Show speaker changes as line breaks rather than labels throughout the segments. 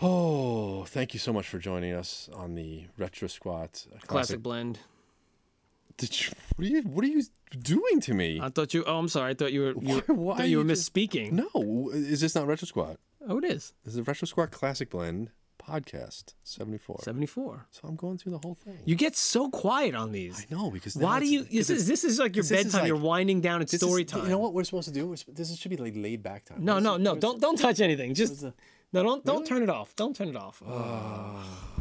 Oh, thank you so much for joining us on the Retro Squat a
Classic blend.
Did you, what, are you, what are you doing to me?
I thought you. Oh, I'm sorry. I thought you were. You,
Why- why
thought
are
you were
you just-
misspeaking.
no, is this not Retro Squat?
Oh, it is
This is the Retro Squat Classic Blend podcast 74.
74.
So I'm going through the whole thing.
You get so quiet on these.
I know because now
Why do
it's-
you?
because
This is
it's-
this is like your
this is
bedtime.
like-
You're winding down. It's
this
story
is-
time.
You know what we're supposed to do? We're, sup- this is- should be like laid back time.
No,
Where's
no,
the-
no.
where's
Don't don't touch anything. Just no. Don't don't turn it off. Don't turn it off.
Oh, the-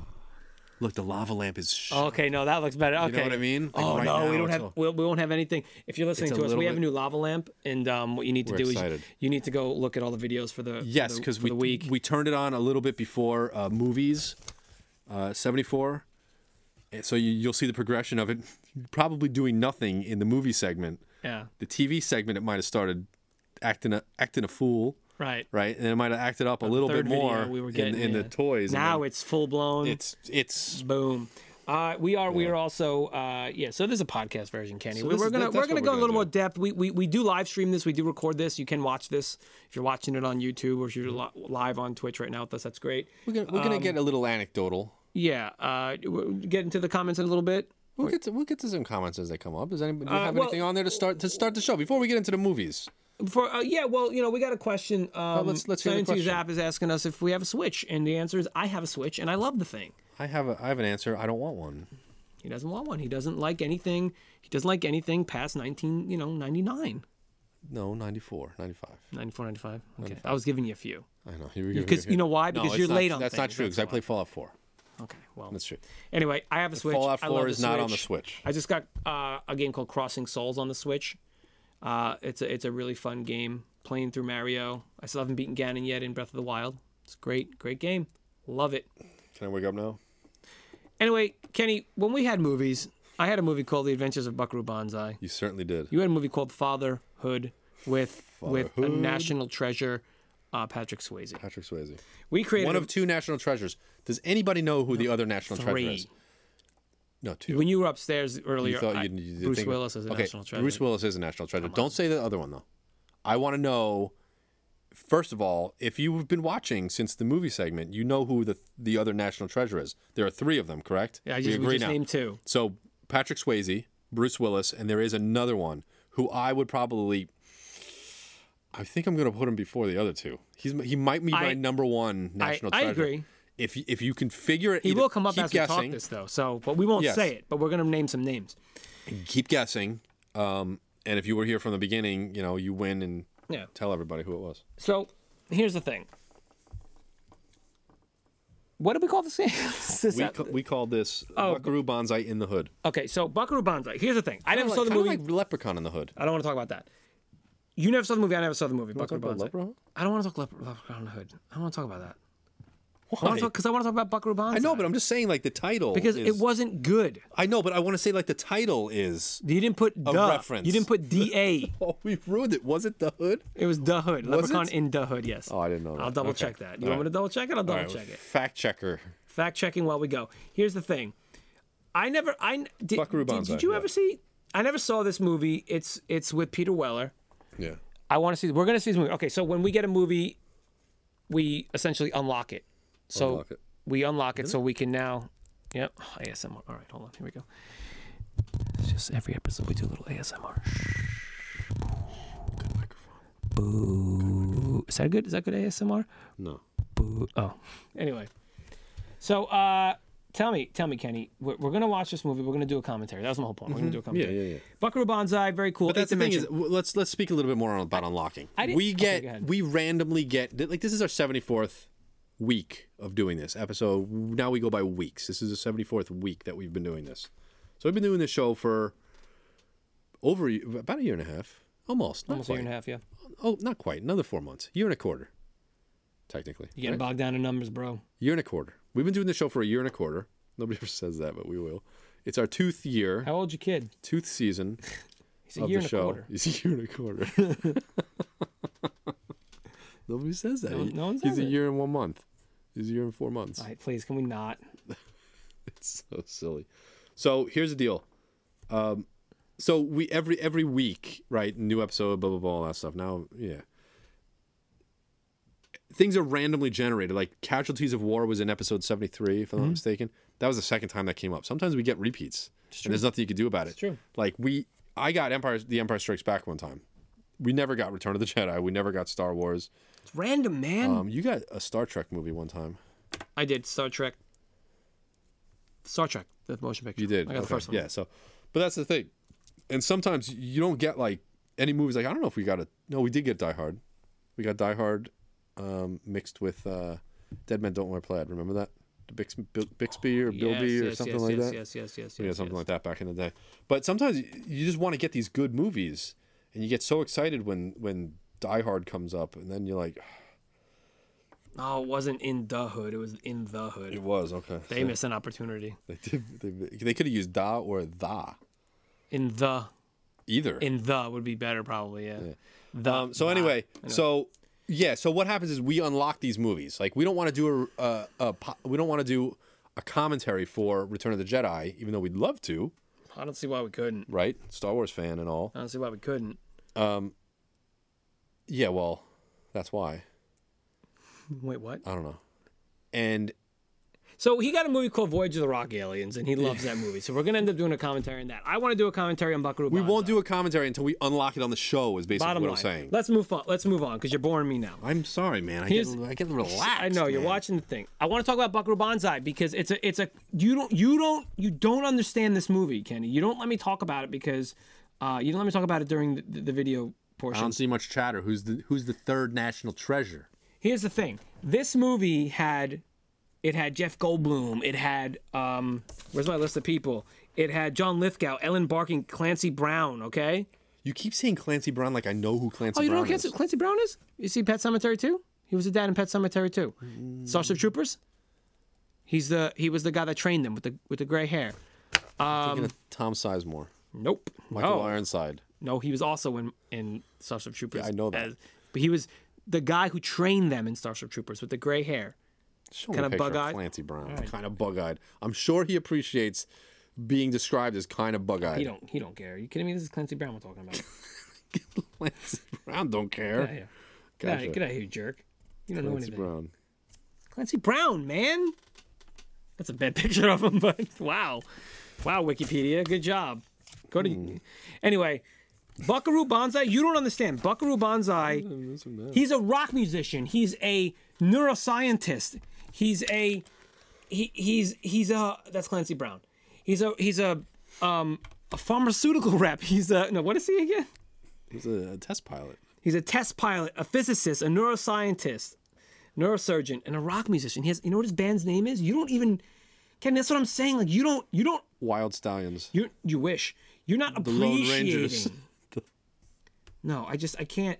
Look, the lava lamp is. Sh-
Okay, no, that looks better. Okay.
know what I mean? Like,
oh
right
no,
now,
we don't
it's
have
all-
we'll, we won't have anything. If you're listening
a
to us,
little
we have a
bit-
new lava lamp, and um, what you need to
We're
do
excited.
is you need to go look at all the videos for the for
Yes,
the-
because
for
we
the week.
we turned it on a little bit before uh, movies, uh, seventy four, and so you, you'll see the progression of it. Probably doing nothing in the movie segment,
yeah,
the TV segment. It might have started acting a, acting a fool,
right.
right? And it might have acted up a little bit
Third video
more
we were
in-
getting
in, the
yeah.
toys. and
Now
then
it's full blown.
it's it's
boom. Uh, we are we are also uh, yeah. So there's a podcast version, Kenny. we,
this
we're
is-
gonna
that-
we're
that's
gonna
what
go
we're
a little
gonna
more depth. We, we we do live stream this. We do record this. You can watch this if you're watching it on YouTube or if you're
Mm-hmm.
li- live on Twitch right now with us. That's great.
we're gonna we're
Um,
gonna get a little anecdotal.
Yeah, uh, we'll get into the comments in a little bit.
We'll get to we'll get to some comments as they come up. Does anybody do you have
Uh, well-
anything on there to start to start the show before we get into the movies?
For uh, yeah, well, you know, we got a question. Um,
let's- let's hear the
Science News
question.
app is asking us if we have a Switch, and the answer is I have a Switch, and I love the thing.
I have a I have an answer. I don't want one.
He doesn't want one. He doesn't like anything. He doesn't like anything past nineteen, you know, 99.
No, 94, 95.
94, 95. Okay, I was giving you a few.
I know. Here we go.
Because-
here we go.
you know why?
No,
Because
it's
you're
not-
late on
That's not
things,
true.
that's
Because I
why.
play Fallout Four.
Okay, well,
That's true.
anyway, I have a Switch.
Fallout
I love
4
the
is not on the
Switch.
Switch.
I just got uh, a game called Crossing Souls on the Switch. Uh, it's a it's a really fun game. Playing through Mario. I still haven't beaten Ganon yet in Breath of the Wild. It's great, great game. Love it.
Can I wake up now?
Anyway, Kenny, when we had movies, I had a movie called The Adventures of Buckaroo Banzai.
You certainly did.
You had a movie called Fatherhood with with a
Fatherhood.
national treasure, uh, Patrick Swayze.
Patrick Swayze.
We created
One
a-
of two national treasures. Does anybody know who the other national treasure
three.
is? No, two.
when you were upstairs earlier.
You thought
I-
you, you did
Bruce
think-
Willis is a
okay,
national treasure.
Bruce Willis is a national treasure. Don't say the other one though. I want to know. First of all, if you've been watching since the movie segment, you know who the the other national treasure is. There are three of them, correct?
Yeah, I just, we,
agree
just
now.
named two.
So Patrick Swayze, Bruce Willis, and there is another one who I would probably. I think I'm going to put him before the other two. He's he might be my
I-
number one national
I
treasure.
agree.
If you- if you can figure it,
He
either
will come up
keep
as we
guessing,
talk this though, so but we won't
Yes.
say it. But we're gonna name some names.
Keep guessing, um, and if you were here from the beginning, you know you win and
Yeah.
tell everybody who it was.
So here's the thing. What do we call this game? Is this
We,
that-
ca- we called this
Oh.
Buckaroo Banzai in the Hood.
okay, so Buckaroo Banzai. Here's the thing. I never
Kinda
saw
like-
the
kinda
movie.
like Leprechaun in the Hood.
I don't want to talk about that. You never saw the movie. I never saw the movie. Buckaroo
about
Banzai.
Leprechaun?
I don't want to talk Lepre- Leprechaun in the Hood. I don't want to talk about that. I
Why?
want to talk because I want to talk about Buckaroo Banzai.
I know, but I'm just saying like the title
because
is,
it wasn't good.
I know, but I want to say like the title is.
You didn't put duh.
reference.
You didn't put da.
Oh, we ruined it. Was it the Hood?
it was the hood. Leprechaun
it?
in the hood. Yes.
Oh, I didn't know that.
I'll double
Okay.
check that. You
All
want
right.
me to double check it? I'll double
All right,
check it.
Fact checker.
fact checking while we go. Here's the thing. I never I n- did,
Buckaroo
did,
Banzai,
did you
yeah.
ever see I never saw this movie. It's it's with Peter Weller.
Yeah.
I want to see we're going to see this movie. Okay, so when we get a movie we essentially unlock it. So
Unlock it.
we unlock it so we can now Yep. ASMR. All right, hold on. Here we go. It's just every episode we do a little ASMR. Boo. Is that good? Is that good ASMR?
No.
Boo. Oh. Anyway. So, uh, tell me, tell me, Kenny, we're, we're going to watch this movie. We're going to do a commentary. That was my whole point. We're going to do a commentary.
Mm-hmm. yeah, yeah.
Buckaroo Banzai, very cool.
But that's
Eighth
the thing
dimension.
is, w- let's let's speak a little bit more on, about unlocking.
I didn't-
we get
okay, go ahead.
we randomly get th- like this is our seventy fourth week of doing this episode. Now we go by weeks. This is the seventy fourth week that we've been doing this. So we've been doing this show for over a- about a year and a half, almost. Not
Almost a
quite.
year and a half, yeah.
Oh, not quite. Another four months. Year and a quarter, technically.
You getting
right?
bogged down in numbers, bro.
Year and a quarter. We've been doing this show for a year and a quarter. Nobody ever says that, but we will. It's our tooth year,
How old's your kid?
tooth season
He's a
of
year
the
and a
show.
quarter.
It's a year and a quarter. Nobody says that.
No- no one
He's
says
a
it.
year and one month. He's a year and four months.
All right, please, can we not?
so silly. So here's the deal. Um, so we every every week, right? New episode, blah blah blah, all that stuff. Now, yeah, things are randomly generated. Like casualties of war was in episode seventy three, if I'm
Mm-hmm.
not mistaken. That was the second time that came up. Sometimes we get repeats, and there's nothing you can do about it.
true.
Like we, I got Empire, the Empire Strikes Back one time. We never got Return of the Jedi. We never got Star Wars.
It's random, man.
Um, you got a Star Trek movie one time.
I did Star Trek. Star Trek, the motion picture.
You did.
I got the
Okay.
first one.
Yeah. So, but that's the thing. And sometimes you don't get like any movies. Like I don't know if we got a. No, we did get Die Hard. We got Die Hard um, mixed with uh, Dead Men Don't Wear Plaid. Remember that? The Bix, Bil- Bixby or Bilby
Oh, yes,
or
yes,
something
yes,
like
yes,
that.
Yes, yes, yes, yes.
yeah, something like that back in the day. But sometimes y- you just want to get these good movies, and you get so excited when when Die Hard comes up, and then you're like,
Oh, it wasn't in the hood. It was in the hood.
"It was okay."
they missed an opportunity.
They did, they, they could have used da or tha
In the
either.
in the would be better probably. Yeah. The,
Um, so
the.
anyway, so yeah, so what happens is we unlock these movies. Like we don't want to do a, a, a po- we don't want to do a commentary for Return of the Jedi, even though we'd love to,
I don't see why we couldn't.
right? Star Wars fan and all. Um,
I don't see why we couldn't.
Yeah, well, that's why.
Wait, what?
I don't know. And
So he got a movie called Voyage of the Rock Aliens, and he loves that movie. So we're gonna end up doing a commentary on that. I want to do a commentary on Buckaroo.
we won't do a commentary until we unlock it on the show. Is basically
Bottom
what
line.
I'm saying.
Let's move on. Let's move on because you're boring me now.
I'm sorry, man. I
Here's-
get I get relaxed.
I know you're
man.
watching the thing. I want to talk about Buckaroo Banzai because it's a it's a you don't you don't you don't understand this movie, Kenny. You don't let me talk about it because uh, you don't let me talk about it during the, the video
I
portion.
don't see much chatter. Who's the Who's the third national treasure?
Here's the thing: this movie had it had Jeff Goldblum. It had um, where's my list of people? It had John Lithgow, Ellen Barkin, Clancy Brown. Okay.
You keep saying Clancy Brown like I know who Clancy
Oh, you
Brown
don't know who
is.
Clancy, Clancy Brown is? You see Pet Cemetery too? He was the dad in Pet Cemetery too. Starship Troopers. He's the he was the guy that trained them with the with the gray hair.
Thinking of Tom Sizemore,
Nope.
Michael
no.
Ironside.
Oh, No, he was also in in Starship Troopers.
I know that.
but he was the guy who trained them in Starship Troopers with the gray hair.
Show me
Kinda
a picture
bug-eyed?
of Clancy Brown. Kind of bug-eyed. I'm sure he appreciates being described as kind of
He
bug-eyed.
don't he don't care. Are you kidding me? This is Clancy Brown we're talking about.
Clancy Brown don't care.
Yeah, Get out of
Gotcha.
here, get out of here, you jerk. You don't know
Clancy
anything.
Brown.
Clancy Brown, man. That's a bad picture of him, but wow. Wow, Wikipedia. Good job. Go to anyway. Buckaroo Banzai, you don't understand. Buckaroo Banzai, he's a rock musician. He's a neuroscientist. He's a he, he's he's a that's Clancy Brown. He's a he's a um a pharmaceutical rep. He's a no, what is he again?
He's a, a test pilot.
He's a test pilot, a physicist, a neuroscientist, neurosurgeon, and a rock musician. He has, you know what his band's name is? You don't even, Ken. That's what I'm saying. Like you don't, you don't,
Wild Stallions.
you you wish you're not
Lone
appreciating.
Rangers.
No, I just I can't.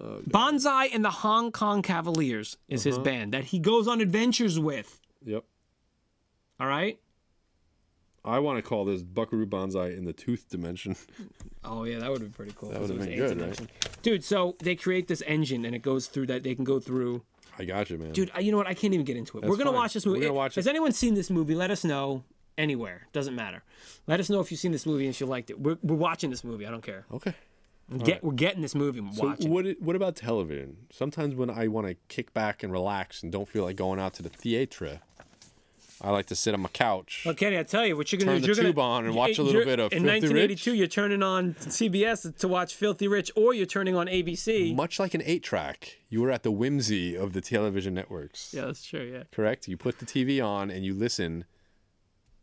Oh,
Banzai and the Hong Kong Cavaliers is
Uh-huh.
his band that he goes on adventures with.
Yep.
All right.
I want to call this Buckaroo Banzai in the Tooth Dimension.
Oh yeah, that would have been pretty cool. That
would've been good, right?
Dude, so they create this engine and it goes through that they can go through.
I got you, man.
Dude, I- you know what? I can't even get into it. We're gonna
fine.
watch this movie.
We're gonna watch
Has
it.
anyone seen this movie? Let us know anywhere. Doesn't matter. Let us know if you've seen this movie and if you liked it. We're, we're watching this movie. I don't care.
Okay.
We're, get, we're getting this movie. and We're
So
watching.
what i- what about television? Sometimes when I want to kick back and relax and don't feel like going out to the theater, I like to sit on my couch.
Well, Kenny, I tell you what you're gonna
Turn
do.
the
you're
tube
gonna,
on and watch a
you're-
little bit of
In
Filthy
1982,
Rich.
you're turning on CBS to watch Filthy Rich, or you're turning on ABC.
Much like an eight track, you were at the whimsy of the television networks.
yeah, that's true. Yeah.
correct? You put the TV on and you listen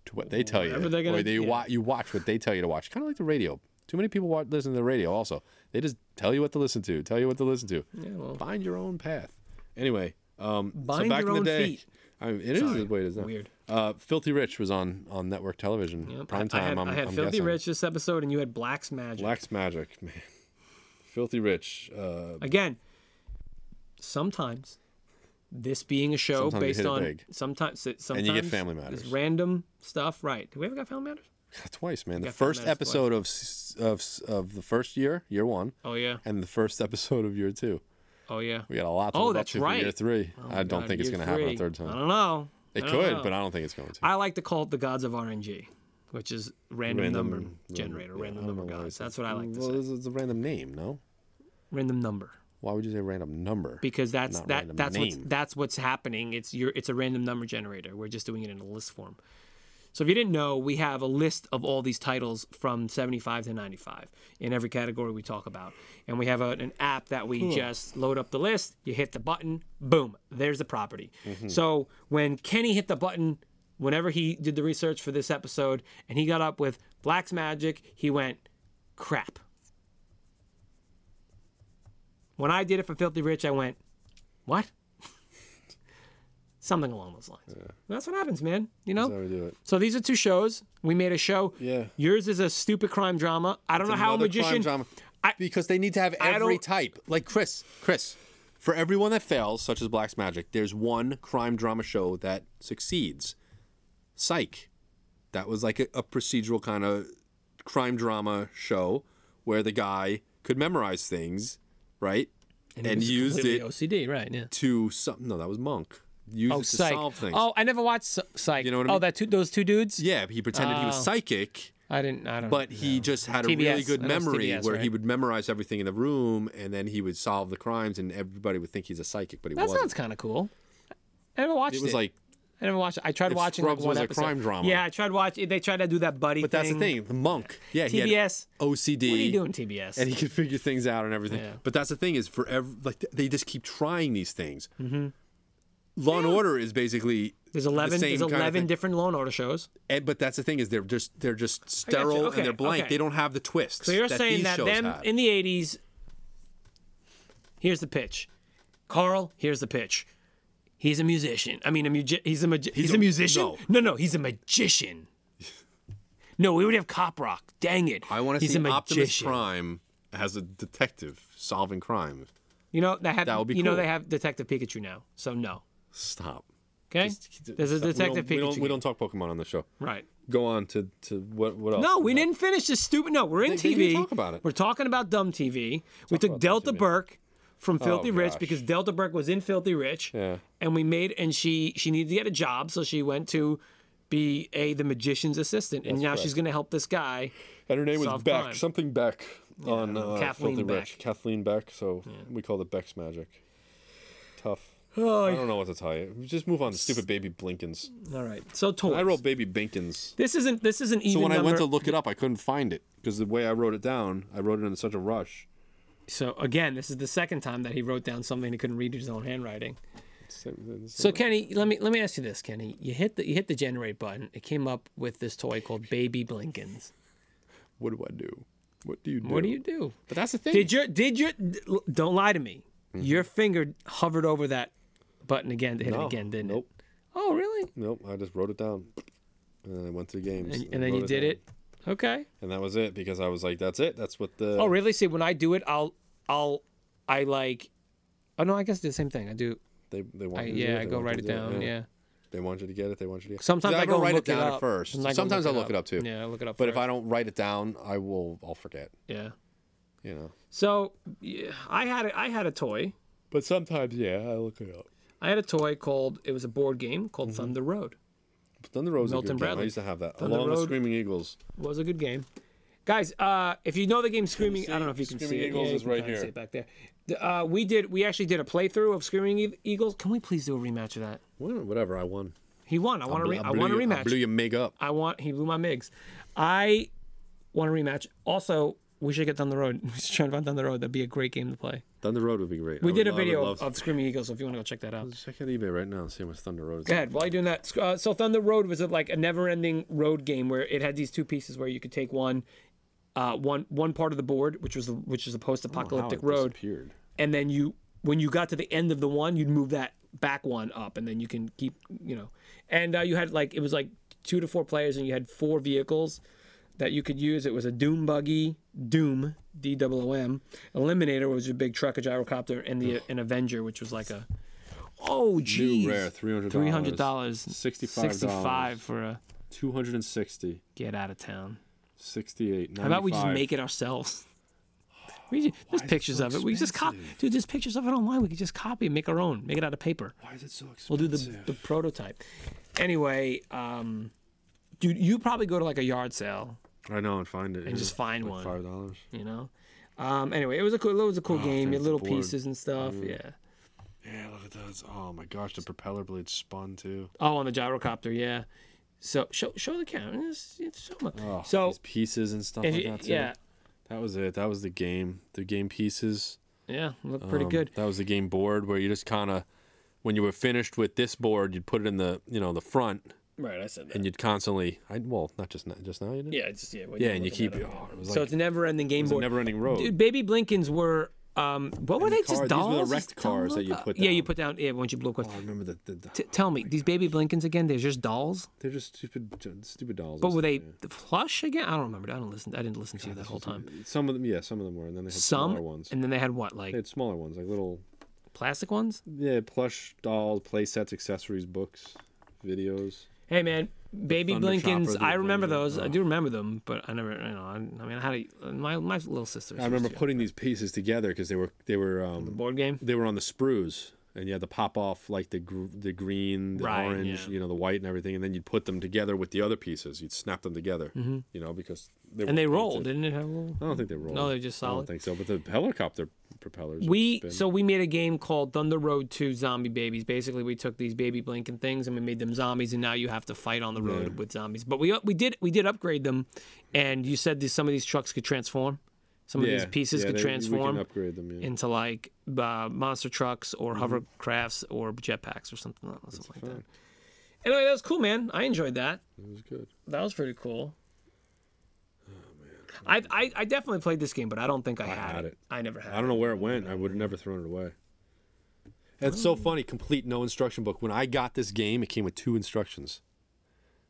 to what they tell you,
Whatever they're gonna-
or they
yeah.
wa- you watch what they tell you to watch. Kind of like the radio. Too many people watch, listen to the radio. Also, they just tell you what to listen to, tell you what to listen to.
Yeah. Well,
Find your own path. Anyway, um,
Bind
so back
your
in
own
the day,
feet.
I mean, it is
Sorry.
the way it is now.
Weird.
Uh, Filthy Rich was on on network television,
yep.
prime
I, I
time.
had,
I'm,
I had
I'm
Filthy
guessing.
Rich this episode, and you had Black's Magic.
Black's Magic, man. Filthy Rich. Uh,
again sometimes this being a show
Sometimes you
based
hit it
on
big.
sometimes sometimes
you get Family Matters.
this random stuff right do we ever got family matters
twice, man. The
Got that
first
messed up.
episode of s- of s- of the first year, year one,
oh yeah
and the first episode of year two.
oh yeah
We got a lot to
Oh,
live up
that's
to for year
right. Oh
three. I don't
God,
think it's
year
going to happen a
three.
third
i
time.
don't know
It
don't
could,
know.
but I don't think it's going to.
I like to call it the gods of RNG, which is random,
Random
number
num-
generator,
yeah,
random
I don't
number
know why I
gods.
said-
That's what I like to
well,
say.
this is a random name, no?
Random number.
Why would you say random number?
Because that's
Not
that
random
that's what's
name.
that's what's happening. It's your it's a random number generator. We're just doing it in a list form. So if you didn't know, we have a list of all these titles from 75 to 95 in every category we talk about. And we have a, an app that we just load up the list, you hit the button, boom, there's the property.
Mm-hmm.
So when Kenny hit the button, whenever he did the research for this episode and he got up with Black's Magic, he went, crap. When I did it for Filthy Rich, I went, what? Something along those lines. That's what happens, man. You know?
That's how we do it.
So these are two shows. We made a show.
Yeah.
Yours is a stupid crime drama. I don't know how a
Another crime
magician.
drama.
I-
because they need to have
I
every
don't-
type. Like Chris, Chris, for everyone that fails, such as Black's Magic, there's one crime drama show that succeeds. Psych. That was like a, a procedural kind of crime drama show where the guy could memorize things, right? And,
It's
used
completely
it
OCD, right? Yeah.
to some. No, that was Monk. Used
Oh,
it to
psych.
solve things.
Oh, I never watched Psy- Psych.
You know what I
Oh,
mean?
that two, those two dudes.
Yeah, he pretended he was
Oh.
psychic.
I didn't. I don't.
but he just had a really
TBS,
good
I know it's
memory
TBS,
where he
right?
would memorize everything in the room and then he would solve the crimes and everybody would think he's a psychic but he
that
wasn't
sounds kind of cool. I never watched it.
it was like
I never watched it. I tried watching like
Scrubs
one
was a
episode.
crime drama.
Yeah, I tried watching. They tried to do that buddy.
but that's the thing the monk yeah he had
TBS.
ocd
What are you doing, TBS?
and he could figure things out and everything
Yeah.
but that's the thing is forever like th- they just keep trying these things mm-hmm. law and order is basically
there's eleven.
the same
There's
kind of
eleven
thing.
different loan order shows.
and, but that's the thing is they're just they're just
got you.
sterile
Okay,
and they're blank
okay.
they don't have the twists
So you're saying
these
that
shows
them
had.
in the '80s. Here's the pitch, Carl. Here's the pitch. He's a musician. I mean, a mugi- he's a magi- he's, a,
a-
musician.
no.
no, he's a magician. No, we would have cop rock. Dang it!
i want to
He's
see
a
optimus
magician.
prime as a detective solving crime
You know they have.
That would be
you know
cool.
they have Detective Pikachu now. So no.
stop
Okay. There's a
Stop. We don't-
Detective
we
Pikachu.
don't, we don't talk Pokemon on the show.
Right.
Go on to, to what what else?
No, we
No.
didn't finish this stupid. No, we're in
They- they
TV.
didn't talk about it.
We're talking about dumb TV. we took
about dumb
Delta
TV.
Burke from Filthy Rich
gosh.
because Delta Burke was in Filthy Rich.
Yeah.
And we made and she she needed to get a job, so she went to be a the magician's assistant, and now she's gonna help this guy.
And her name was
Solve
Beck,
crime.
something Beck on uh,
Kathleen
Filthy
Beck.
Rich. Kathleen Beck. So we called it Beck's Magic. Tough. I don't know what to tell you. Just move on to stupid baby Blinkins.
All right. So toys.
I wrote baby Binkins.
this isn't this isn't even.
So when I went
number-
to look it up, I couldn't find it because the way I wrote it down, I wrote it in such a rush.
so again, this is the second time that he wrote down something he couldn't read his own handwriting.
So,
So Kenny, let me let me ask you this, Kenny. You hit the you hit the generate button. It came up with this toy called Baby Blinkins.
what do I do? What do you do?
What do you do?
But that's the thing.
Did your did your don't lie to me. Your finger hovered over that button again to hit it
No.
again, didn't
Nope.
it? Oh, really?
Nope. I just wrote it down, and then I went to the games.
And then
wrote
you did
down.
it. Okay.
and that was it because I was like, that's it. That's what the.
Oh, really? See, when I do it, I'll I'll I like Oh no, I guess I do the same thing. I do
They, they want
I,
you to do
yeah,
They
I go
want
write
you
it
to do
down. Yeah.
They want you to get it. They want you to get it.
Sometimes
Yeah,
I
I
go
don't
and
write
look
it down
it
at
up.
first.
Sometimes I go
Sometimes I
look it
look it
up.
up too.
Yeah, I look it up
But if
first.
I don't write it down, I will. I'll forget.
Yeah.
You know.
So yeah, I had a, I had a toy.
But sometimes, yeah, I look it up.
I had a toy called it was a board game called Thunder Road.
But Thunder Road's a
Milton
good game.
Bradley.
I used to have that
Thunder
along with
Road.
Screaming Eagles.
was a good game. Guys, uh, if you know the game Screaming, I don't know if you can
Screaming
see
Eagles
it. Yeah, you
is
can
right
kinda
here.
See it back there. The, Uh, we did. We actually did a playthrough of Screaming E- Eagles. Can we please do a rematch of that?
Well, whatever. I won.
He won. I want to. Re- I
blew
want a
you-
rematch.
I blew your mig up.
I want. He blew my migs. I want a rematch. Also, we should get down the road. We should try and find down the road. That'd be a great game to play.
Thunder Road would be great.
We did a video of, of Screaming Eagles. So if you want to go check that out.
Check out eBay right now and see how much Thunder Road is.
Go ahead. While you're doing that, sc- uh, so Thunder Road was a, like a never-ending road game where it had these two pieces where you could take one, uh, one one part of the board, which was the, which is a post-apocalyptic
Oh,
road,
Disappeared.
and then you when you got to the end of the one, you'd move that back one up, and then you can keep you know, and uh, you had like it was like two to four players, and you had four vehicles that you could use. It was a Doom buggy, Doom D W O M, Eliminator was your big truck, a gyrocopter, and the an Avenger, which was like a Oh geez.
rare, $300.
Three hundred dollars.
$65.
Sixty-five for a
260,
get out of town.
68,
How about we just make it ourselves? We, ju- there's
is it
pictures
so
of it. We just copy,
expensive?
dude. There's pictures of it online. We can just copy and make our own. Make it out of paper.
Why is it so expensive?
We'll do the, the prototype. Anyway, um, dude, you probably go to like a yard sale,
I know and find it and
just find one.
Five dollars.
you know. Um, anyway, it was a cool, it was a cool game. You had
thanks,
little
the Oh, board. Mm.
pieces and stuff. Yeah.
Yeah, look at those. Oh my gosh, the propeller blade spun too.
Oh, on the gyrocopter. Yeah. So show show the camera. It's, it's so much.
Oh,
so
these pieces and stuff
if
like
you-
that. Too.
yeah,
that was it. That was the game. The game pieces.
yeah, looked pretty
Um,
good.
That was the game board where you just kind of, when you were finished with this board, you'd put it in the you know the front
Right, I said that.
and you'd constantly. I well, not just now, just now you did.
yeah, it's just yeah.
Yeah, and you keep. Oh, it was like
so it's a never-ending game
it's a
board.
never-ending road.
Dude, baby Blinkins were um, what were they?
cars-
Just
these were
dolls?
the
Just
wrecked cars that you
dolls?
put
Yeah, you
down.
put down. Yeah, once you blew up.
Oh, I remember the, the, the
T- tell me, these baby Blinkins again? They're just dolls,
they're just stupid, stupid dolls.
but were they flush again? I don't remember. I don't listen. I didn't listen to you that whole time.
Some of them, yeah, some of them were, and then they had
Some,
smaller ones.
and then they had what, like
They had smaller ones, like little
plastic ones?
yeah, plush dolls, play sets, accessories, books, videos.
Hey man, baby
Thunder Chopper,
Blinkins.
the
I remember
Avenger. Oh.
those. I do remember them, but I never. You know, I, I mean, I had a, my my little sister.
I remember putting these pieces together because they were they were um,
board game.
they were on the sprues, and you had to pop off like the gr- the green, the
Right,
orange,
yeah.
you know, the white and everything, and then you'd put them together with the other pieces. You'd snap them together, you know, because they were
Mm-hmm. And they
painted.
rolled, didn't it? Have a little...
I don't think they rolled.
No, they're just
I
solid.
don't think so. But the helicopter propellers.
We
spin.
so we made a game called Thunder Road Two Zombie Babies. Basically, we took these baby blinking things and we made them zombies, and now you have to fight on the road with zombies. But we we did we did upgrade them, and you said these, some of these trucks could transform, some of these pieces
yeah,
could
they- We
transform
can upgrade them. Yeah. Mm-hmm.
into like uh, monster trucks or hovercrafts or jetpacks or something, like- something like that. Anyway, that was cool, man. I enjoyed that.
It was good.
That was pretty cool.
Oh,
I, I I definitely played this game, but I don't think I, had,
had
it.
it.
I never had.
I don't know where it went. I would have never thrown it away. It's so funny. Complete no instruction book. When I got this game, it came with two instructions.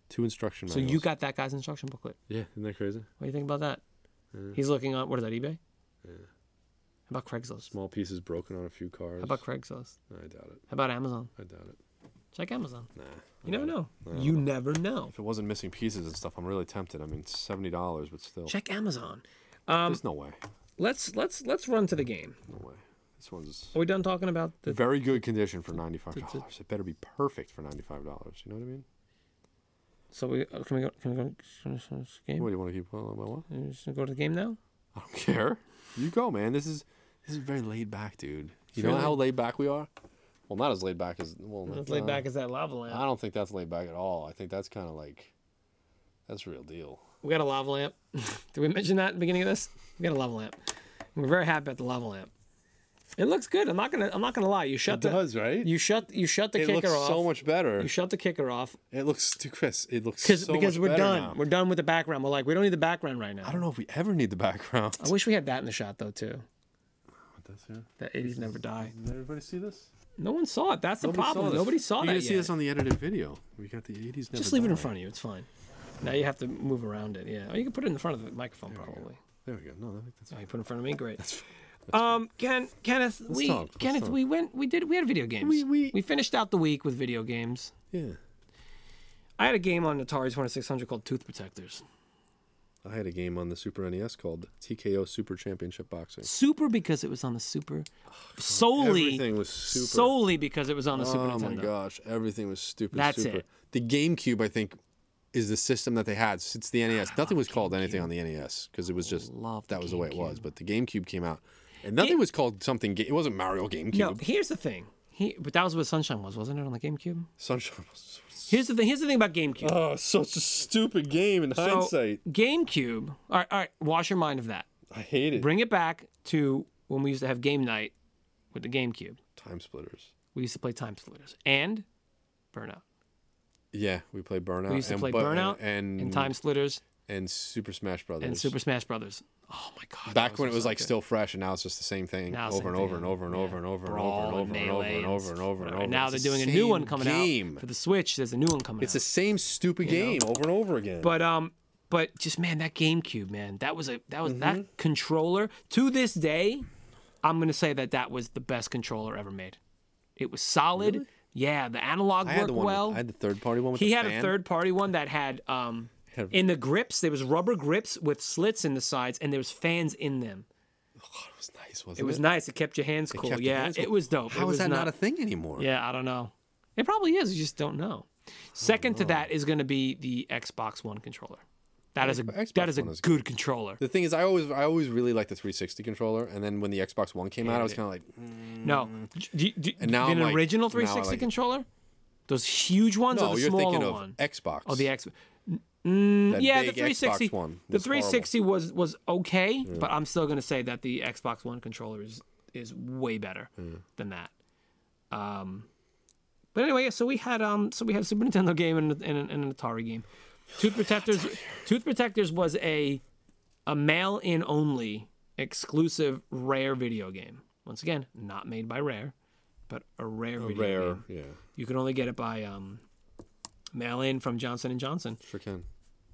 Two instruction.
So you got that guy's instruction booklet.
yeah, isn't that crazy?
What do you think about that? He's looking on what is that eBay? How about Craigslist? How
Small pieces broken on a few cars.
about Craigslist?
I doubt it.
How about Amazon?
I doubt it.
Check Amazon.
Nah.
You never know. You never know.
If it wasn't missing pieces and stuff, I'm really tempted. I mean, it's seventy dollars, but still,
Check Amazon.
there's no way.
Let's let's let's run to the game.
No way. This one's
Are we done talking about the?
very good condition for ninety five dollars. It better be perfect for ninety five dollars. You know what I mean?
So we uh, can we go can we go can we go to this game?
What do you want to keep? Well, well, well.
Can we just go to the game now?
I don't care. You go, man. This is this is very laid back, dude. You know
Really?
how laid back we are? Well, not as laid back as well.
As
not-
laid
uh,
back as that lava
I
lamp.
don't think that's laid back at all. I think that's kind of like that's real deal.
We got a lava lamp. Did we mention that at the beginning of this? We got a lava lamp. We're very happy about the lava lamp. It looks good. I'm not gonna I'm not gonna lie. You shut the
right?
you shut you shut the
it
kicker
looks
off.
so much better.
You shut the kicker off
It looks to Chris. It looks
because
so
because
much
we're
better
done.
now.
We're done with the background. We're like we don't need the background right
I
now.
don't know if we ever need the background.
I wish we had that in the shot though too.
That's here.
That 80s never die.
Did everybody see this?
No one saw it. That's the problem. Nobody saw
You're
that
gonna see
yet.
this on the edited video. We got the 80s.
Just leave it in front of you. It's fine. Now you have to move around it. Yeah. Or you can put it in front of the microphone probably.
There we go. No, I think that's
Oh, you put it in front of me. Great. um, Ken, Kenneth, we
talk, let's
Kenneth,
talk.
we went. We did. We had video games.
We- we-
finished out the week with video games.
yeah.
I had a game on Atari 2600 called Tooth Protectors.
I had a game on the Super NES called TKO Super Championship Boxing.
Super because it was on the Super. Solely.
Everything was super.
solely because it was on the Super
oh
Nintendo.
my gosh, everything was stupid.
That's
super.
it.
The GameCube, I think, is the system that they had since the NES. Nothing was called anything on the NES because it was just
love the
that was the way it was. But the GameCube came out, and nothing was called something. Ga- It wasn't Mario GameCube.
No, here's the thing. He, but that was what Sunshine was, wasn't it, on the GameCube?
Sunshine was
Here's the thing. Here's the thing about GameCube.
oh, such a stupid game in
So, GameCube. All right, all right. Wash your mind of that.
I hate it.
Bring it back to when we used to have game night with the GameCube.
Time Splitters.
We used to play Time Splitters and Burnout.
Yeah, we played Burnout.
We used
Uh,
to
and,
play
but-
Burnout
and,
And Time Splitters
and Super Smash Brothers.
and Super Smash Brothers. Oh my God.
back
those
when
were
it was
so
like
good.
still fresh, and now it's just the same thing
Now
over
same
and over
thing.
and over and over and over and over
Brawl
and over and over
Melee
and over and over and
whatever.
over.
Now they're
It's
doing a
the
new one
same
coming
game.
out for the Switch. There's a new one coming
It's
out.
the same stupid game over and over again.
But um, but just man, that GameCube, man, that was a that was
Mm-hmm.
that controller. To this day, I'm gonna say that that was the best controller ever made. It was solid. Yeah, the analog
I
worked
had the one.
well.
I had the third party one with
he
the
had
fan.
a third party one that had um
Had-
in the grips there was rubber grips with slits in the sides and there was fans in them
God, it was nice, wasn't it?
It was nice. It kept your hands cool.
kept your
yeah,
hands
it
cool.
was dope.
How
it
is
was
that not, a thing anymore?
Yeah, I don't know. It probably is. You just don't know. Second
Oh.
to that is going to be the Xbox One controller. That is a
Xbox
that is a
One is
good controller.
The thing is, I always, I always really liked the 360 controller, and then when the Xbox One came out, I was
it.
kind of like, mm,
No, do, do,
And now
an
I'm like-
original
now I
360
like it.
controller, those huge ones or
no,
the
you're
smaller
thinking of
one?
Xbox.
Oh, the Xbox.
That
yeah, the
big
360.
Xbox one.
the
was horrible.
360 was was okay, but I'm still gonna say that the Xbox One controller is is way better than that. Um, but anyway, yeah, so we had um, so we had a Super Nintendo game and, and, and an Atari game. Tooth Protectors, Tooth Protectors was a a mail-in only exclusive rare video game. Once again, not made by Rare, but a rare video
Rare.
game.
Yeah,
You could only get it by um, mail-in from Johnson and Johnson.
sure can,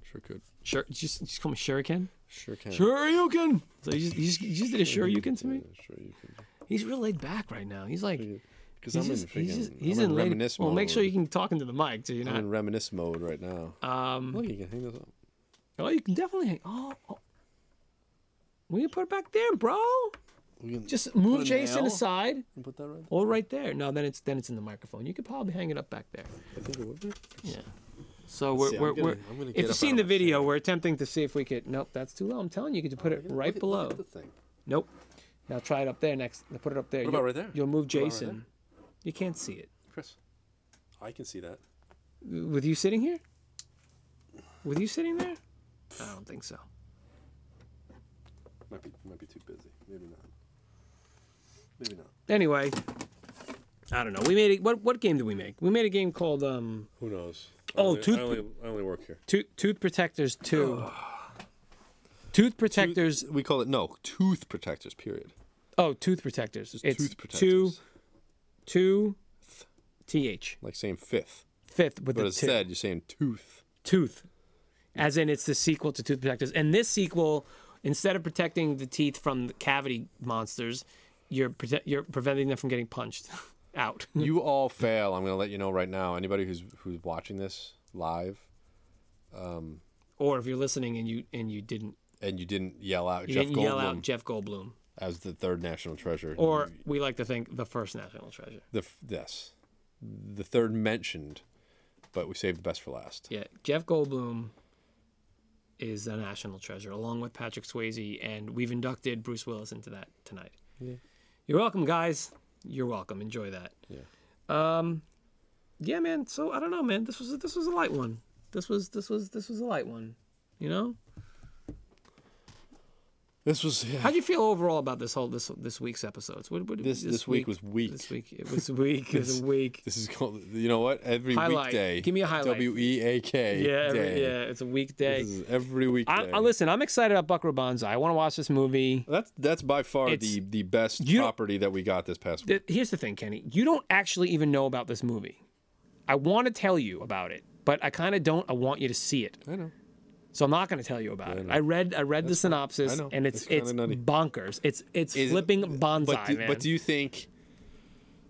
sure could,
Sure, just just call me Shuriken.
sure can.
Shuriken. So you just, you just, you just did a Shuriken to me.
Yeah, sure you can.
He's real laid back right now. He's like,
Because
he's
I'm
just,
in freaking,
he's just, he's
I'm
in
in
laid.
reminisce
Well,
mode.
make sure you can talk into the mic, so you're
I'm
not.
in reminisce mode right now.
Um,
Look, you can hang this up.
oh, you can definitely. hang- Oh, oh. we can put it back there, bro.
We can
Just
it
move
in
Jason
L.
aside
put that right.
or right there. No, then it's then it's in the microphone. You could probably hang it up back there.
There. I think it would be.
Yeah. So we're,
see, I'm
we're,
gonna-
we're
I'm gonna get up
if you've
out
seen
of
the
my
video, we're attempting to see if we could. Nope, that's too low. I'm telling you, you could put it right below.
Look at the thing.
Nope. Now try it up there next. Now put it up there. What
about right there?
You'll move
about right
Jason. you can't see it.
Chris, I can see that.
With you sitting here? With you sitting there? I don't think so.
Might be, might be too busy. Maybe not. Maybe not.
Anyway, I don't know. We made a, what? What game did we make? We made a game called um,
Who knows?
Oh,
I only,
tooth-
I only, I only work here.
Tooth, Tooth Protectors Two. Tooth Protectors.
We call it no tooth protectors. Period.
oh, Tooth Protectors. It's
tooth
two,
protectors.
two, th
Like saying fifth,
fifth with
but
the two.
instead you're saying tooth.
tooth, as in it's the sequel to Tooth Protectors. And this sequel, instead of protecting the teeth from the cavity monsters, you're prote- you're preventing them from getting punched out.
you all fail. I'm gonna let you know right now. Anybody who's who's watching this live
or if you're listening and you and you didn't
and you didn't yell out
you
Jeff
didn't yell out
Goldblum
Jeff Goldblum,
as the third national treasure,
or we like to think the first national treasure.
the f- yes, the third mentioned, but we saved the best for last.
Yeah, Jeff Goldblum is a national treasure, along with Patrick Swayze, and we've inducted Bruce Willis into that tonight. You're welcome, guys. You're welcome. Enjoy that. Yeah. Um, yeah, man. So I don't know, man. This was this was a light one. This was this was this was a light one. You know,
This was yeah.
how'd you feel overall about this whole this this week's episodes? What, what,
this, this week, was weak.
this week it was weak. it was a week.
This is called. You know what? Every
Highlight.
weekday.
Give me a highlight.
W e a k.
Yeah, every,
day.
yeah. It's a weekday.
This is every weekday.
I, I listen. I'm excited about Buckaroo Banzai. I want to watch this movie.
that's that's by far
It's-
the the best
you-
property that we got this past week.
Th- here's the thing, Kenny. You don't actually even know about this movie. I want to tell you about it, but I kind of don't. I want you to see it.
I know.
So I'm not going to tell you about it. I read I read the synopsis
I know.
and it's
That's
it's
kinda nutty.
bonkers. It's it's
Is-
flipping bonsai,
But do,
man.
but do you think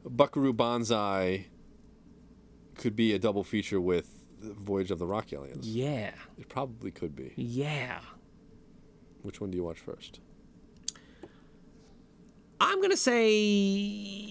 Buckaroo Banzai could be a double feature with Voyage of the Rock Aliens?
yeah.
It probably could be.
Yeah.
Which one do you watch first?
I'm going to say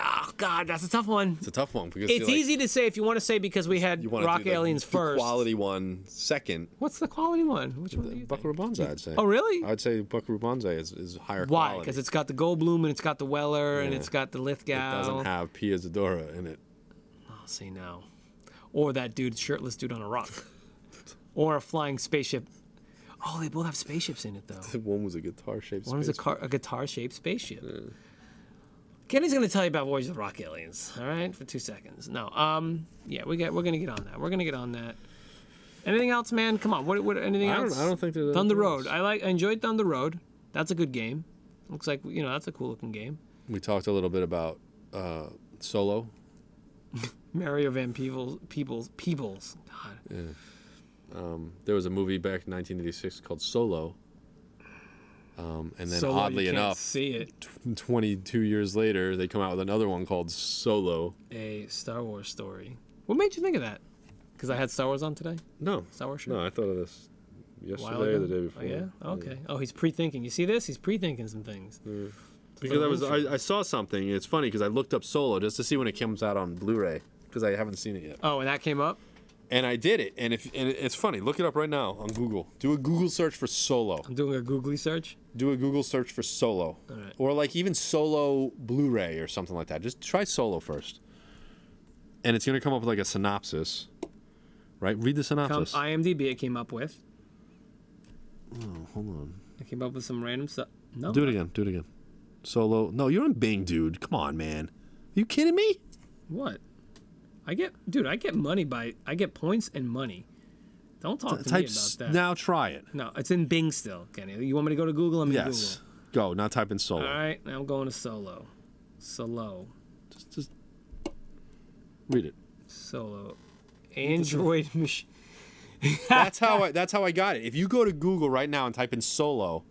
oh god, that's a tough one.
It's a tough one because
It's easy to say if you want to say because we had
wanna
Rock
do the-
Aliens
the
first.
quality one second.
What's the quality one? Which one do you think?
Buckaroo Banzai, I'd say.
Oh, really?
I'd say Buckaroo Banzai is, is higher
Why?
quality.
Because it's got the Goldblum and it's got the Weller and it's got the Lithgow.
it doesn't have Pia Zadora in it.
I'll say no. Or that dude, shirtless dude on a rock. or a flying spaceship. Oh, they both have spaceships in it, though.
One was a guitar shaped.
One is a, car, a guitar-shaped spaceship. Kenny's gonna tell you about Voyage of the Rock Aliens, all right, for two seconds. No, um, yeah, we get we're gonna get on that. We're gonna get on that. Anything else, man? Come on, what, what anything
I don't-
else?
I don't think there's
Thunder
anything
Road.
else.
I like I enjoyed Thunder Road. That's a good game. Looks like you know that's a cool looking game.
We talked a little bit about uh, Solo.
Mario Van Peebles, Peebles, Peebles. God,
There was a movie back in 1986 called Solo. Um, and then
Solo, you
oddly
can't
enough,
see it.
tw 22 years later, they come out with another one called Solo.
a Star Wars story. What made you think of that? Because I had Star Wars on today.
No,
Star Wars.
no, I thought of this
while
yesterday or the
ago?
day
Oh,
before.
yeah. Okay. Oh, he's pre-thinking. You see this? He's pre-thinking some things.
Because I was I, I saw something. It's funny because I looked up Solo just to see when it comes out on Blu-ray because I haven't seen it yet.
Oh, and that came up.
And I did it. And if and it's funny, look it up right now on Google. Do a Google search for Solo.
I'm doing a googly search.
Do a Google search for Solo,
Alright.
or like even Solo Blu-ray or something like that. Just try Solo first, and it's gonna come up with like a synopsis, right? Read the
Come,
synopsis.
IMDb. It came up with.
Hold on.
It came up with some random stuff. No.
Do it again. Do it again. Solo. No, you're on Bing, dude. Come on, man. you kidding me?
What? I get, dude. I get money by. I get points and money. Don't talk to
Type
me about
s-
that.
now. Try it.
No, it's in Bing still, Kenny. You want me to go to Google? I'm in
Yes. Go. Now type in Solo.
Google. All right, now I'm going to solo. Solo.
Just, just read it.
Solo. Android machine.
That's how I. That's how I got it. If you go to Google right now and type in Solo,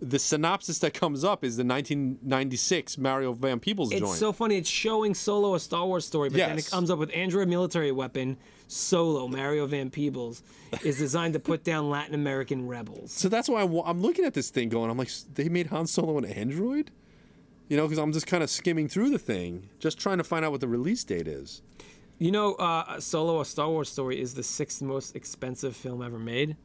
the synopsis that comes up is the 1996 Mario Van Peebles
It's
joint.
so funny. It's showing Solo a Star Wars story, but then it
Yes.
comes up with Android military weapon. Solo, Mario Van Peebles, is designed to put down Latin American rebels.
So that's why I'm, I'm looking at this thing going. I'm like, "S- they made Han Solo an android. You know, because I'm just kind of skimming through the thing, just trying to find out what the release date is.
You know, uh, Solo, a Star Wars story, is the sixth most expensive film ever made.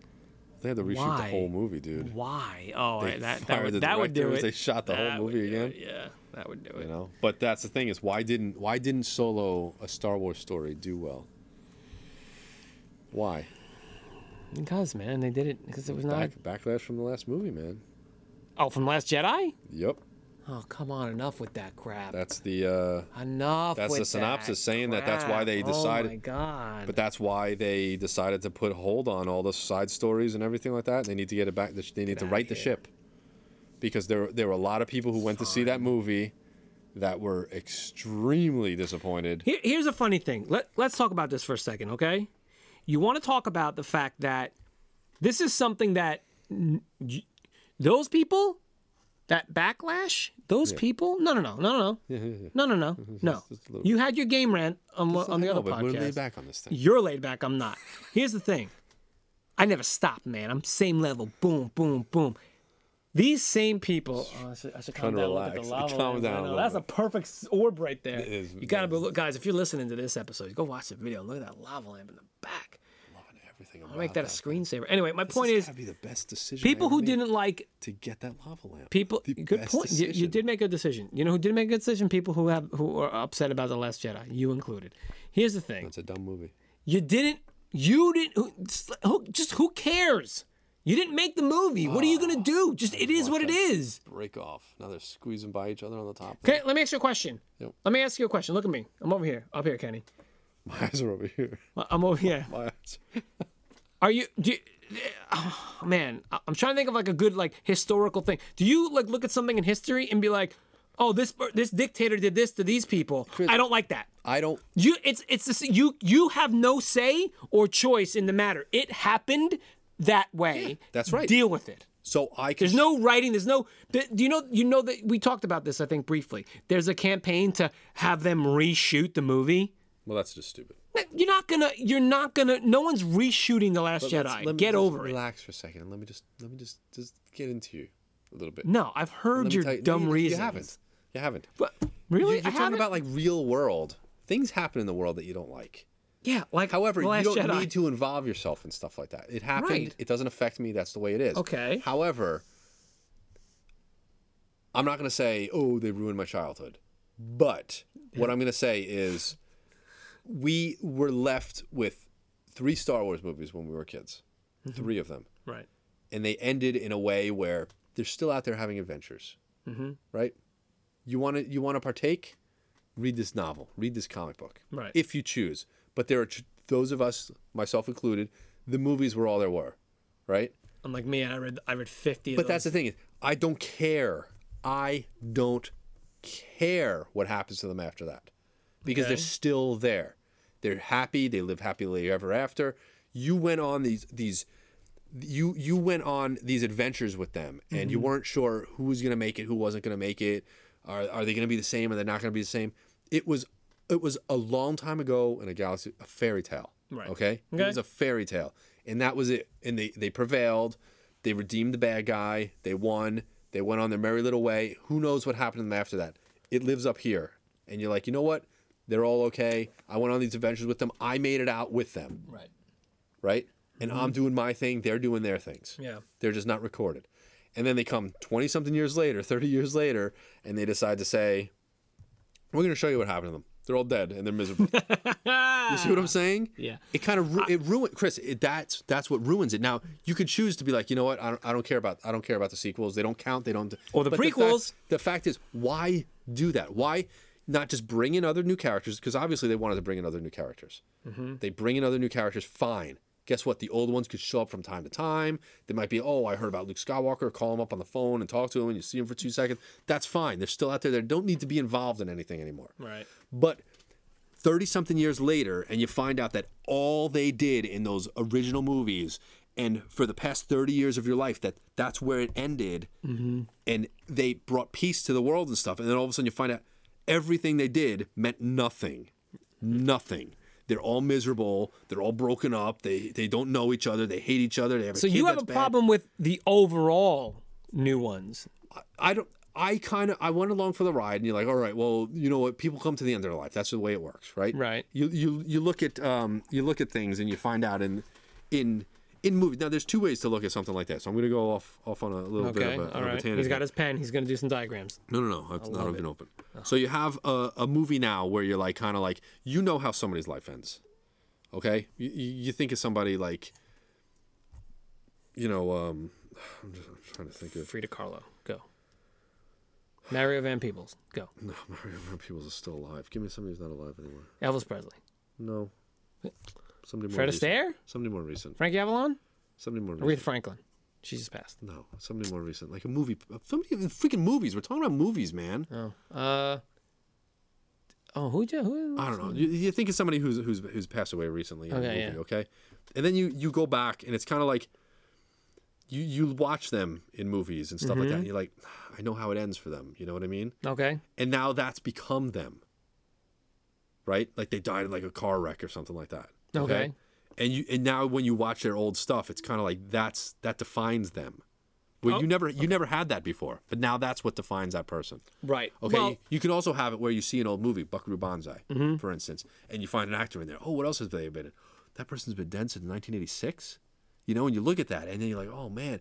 They had to reshoot
Why?
the whole movie, dude.
Why? Oh,
They
right, that, that
fired
would
the
that would do
directors,
it.
they shot the whole
That would
movie
do
again.
it, Yeah, that would do it.
You know, but that's the thing is why didn't why didn't Solo a Star Wars story do well? Why
Because man, they did it because it was not.
Back, backlash from the last movie, man.
Oh, from Last Jedi.
Yep,
Oh, come on! Enough with that crap.
that's the uh,
enough.
that's the
with
synopsis
that
saying that that's why they
crap.
decided-
Oh my god!
but that's why they decided to put hold on all the side stories and everything like that. They need to get it back. They need to
outta
right the
here.
ship because there there were a lot of people who went to see that movie that were extremely disappointed.
Here, here's a funny thing. Let, let's talk about this for a second, okay? You want to talk about the fact that this is something that n- y- those people, that backlash, those people, no, no, no, no, no, no, no, no, no, no.
just a little-
You had your game rant on, one- on the
I know,
other
but we're laid
podcast.
back on this thing.
You're laid back. I'm not. Here's the thing. I never stop, man. I'm same level. Boom, boom, boom. These same people. Oh, I should, I should calm
Trying to
down. Look at the
relax.
lava
Calm
lamp.
down
I
a
know.
little
That's a
bit.
perfect s- orb right there.
is,
you gotta be look, guys. If you're listening to this episode, go watch the video. Look at that lava lamp in the back.
Loving everything
I'll
about
make that a
that.
screensaver. Anyway, my point
This
is,
gotta be the best decision. I
people
ever
who
made,
didn't like
to get that lava lamp.
people.
The
Good
best
point. You, you
decision.
did make a decision. You know who did make a good decision? People who have who are upset about the Last Jedi, you included. Here's the thing.
It's a dumb movie.
You didn't. You didn't. who- Just, who, just who cares? You didn't make the movie. What are you gonna do? Just it is what it is.
Break off. Now they're squeezing by each other on the top.
Okay, let me ask you a question.
Yep.
Let me ask you a question. Look at me. I'm over here. Up here, Kenny. Uh,
My eyes are over here.
I'm over here.
My eyes.
Are you? Do you oh, man, I- I'm trying to think of like a good like historical thing. Do you like look at something in history and be like, oh, this this dictator did this to these people. I don't like that.
I don't.
You it's it's this, you you have no say or choice in the matter. It happened that way.
that's right.
Deal with it.
So I can.
There's no writing. There's no. th- Do you know? You know that we talked about this. I think briefly. There's a campaign to have them reshoot the movie.
Well, that's just stupid.
You're not gonna. You're not gonna. No one's reshooting the Last
Let's-
Jedi.
let me
Get
just
over it.
Relax for a second. and Let me just. Let me just. Just get into you a little bit.
No, I've heard
Let me
your
tell you- no,
dumb
you,
reasons.
You haven't. You haven't.
But
You-
really,
You're
I
talking
haven't?
about like real world things happen in the world that you don't like.
yeah. Like
However,
the
you
Last
don't
Jedi.
need to involve yourself in stuff like that. It happened.
Right.
It doesn't affect me. That's the way it is.
Okay.
However, I'm not going to say, oh, they ruined my childhood. But what I'm going to say is we were left with three Star Wars movies when we were kids,
Mm-hmm.
three of them.
Right.
And they ended in a way where they're still out there having adventures. Mm-hmm. Right? You want to you want to partake? Read this novel, read this comic book.
Right.
If you choose. But there are tr- those of us, myself included, the movies were all there were. Right?
I'm like me. I read. I read 50.
But that's the thing. is, I don't care. I don't care what happens to them after that, because they're
Okay.
still there. They're happy. They live happily ever after. You went on these these. You you went on these adventures with them, and
Mm-hmm.
you weren't sure who was gonna make it, who wasn't gonna make it. Are are they gonna be the same? Are they not gonna be the same? It was it was a long time ago in a galaxy, a fairy tale.
Right.
Okay.
Okay.
It was a fairy tale. and that was it. And they they prevailed. They redeemed the bad guy. They won. They went on their merry little way. Who knows what happened to them after that? It lives up here, and you're like, you know what? They're all okay. I went on these adventures with them. I made it out with them,
Right.
right? And I'm doing my thing. They're doing their things.
Yeah.
They're just not recorded. And then they come 20 something years later, 30 years later, and they decide to say, We're going to show you what happened to them. They're all dead and they're miserable. you see what I'm saying?
Yeah.
It kind of ru- it ruined Chris. It, that's that's what ruins it. Now you could choose to be like, you know what? I don't, I don't care about I don't care about the sequels. They don't count. They don't.
Or the
But fact-
prequels.
the fact is, why do that? Why not just bring in other new characters? Because obviously they wanted to bring in other new characters.
Mm-hmm.
They bring in other new characters, fine. Guess what? The old ones could show up from time to time. They might be, oh, I heard about Luke Skywalker. Call him up on the phone and talk to him, and you see him for two seconds. That's fine. They're still out there. They don't need to be involved in anything anymore.
Right.
But 30 something years later, and you find out that all they did in those original movies and for the past 30 years of your life, that that's where it ended.
Mm-hmm.
And they brought peace to the world and stuff. And then all of a sudden you find out everything they did meant nothing. Nothing. They're all miserable. They're all broken up. They they don't know each other. They hate each other. They have a
So
kid
you have a
that's bad.
problem with the overall new ones.
I don't. I kind of I went along for the ride, and you're like, all right, well, you know what? People come to the end of their life. That's the way it works, right?
Right.
You you you look at um you look at things, and you find out in in in movies. Now, there's two ways to look at something like that. So I'm going to go off off on a little
Okay.
bit of a,
All
of a
right.
tangent
He's
here.
got his pen. He's going to do some diagrams.
No, no, no. It's not even open. So you have a, a movie now where you're like, kind of like, you know how somebody's life ends. Okay? You, you you think of somebody like, you know, um, I'm just I'm trying to think of.
Frida Carlo, go. Mario Van Peebles, go.
No, Mario Van Peebles is still alive. Give me somebody who's not alive anymore.
Elvis Presley,
No. Somebody more
Fred
recent.
Astaire,
Somebody more recent.
Frankie Avalon,
Somebody more
Aretha
recent.
Franklin. She just passed.
No, somebody more recent. Like a movie. Somebody in freaking movies. We're talking about movies, man.
Oh. Uh. Oh, who? ja- Who?
I don't know. You, you think of somebody who's who's who's passed away recently in a
Okay,
movie,
yeah.
okay? And then you you go back and it's kind of like you you watch them in movies and stuff
Mm-hmm.
like that. And you're like, I know how it ends for them. You know what I mean?
Okay.
And now that's become them. Right? Like they died in like a car wreck or something like that.
Okay.
And you and now when you watch their old stuff, it's kind of like that's that defines them. Well, you never you never had that before, but now that's what defines that person.
Right.
Okay,
Well, Mm-hmm.
you, you can also have it where you see an old movie, Buckaroo Banzai, for instance, and you find an actor in there. Oh, what else has they been in? That person's been dead since 1986. You know, and you look at that, and then you're like, oh man,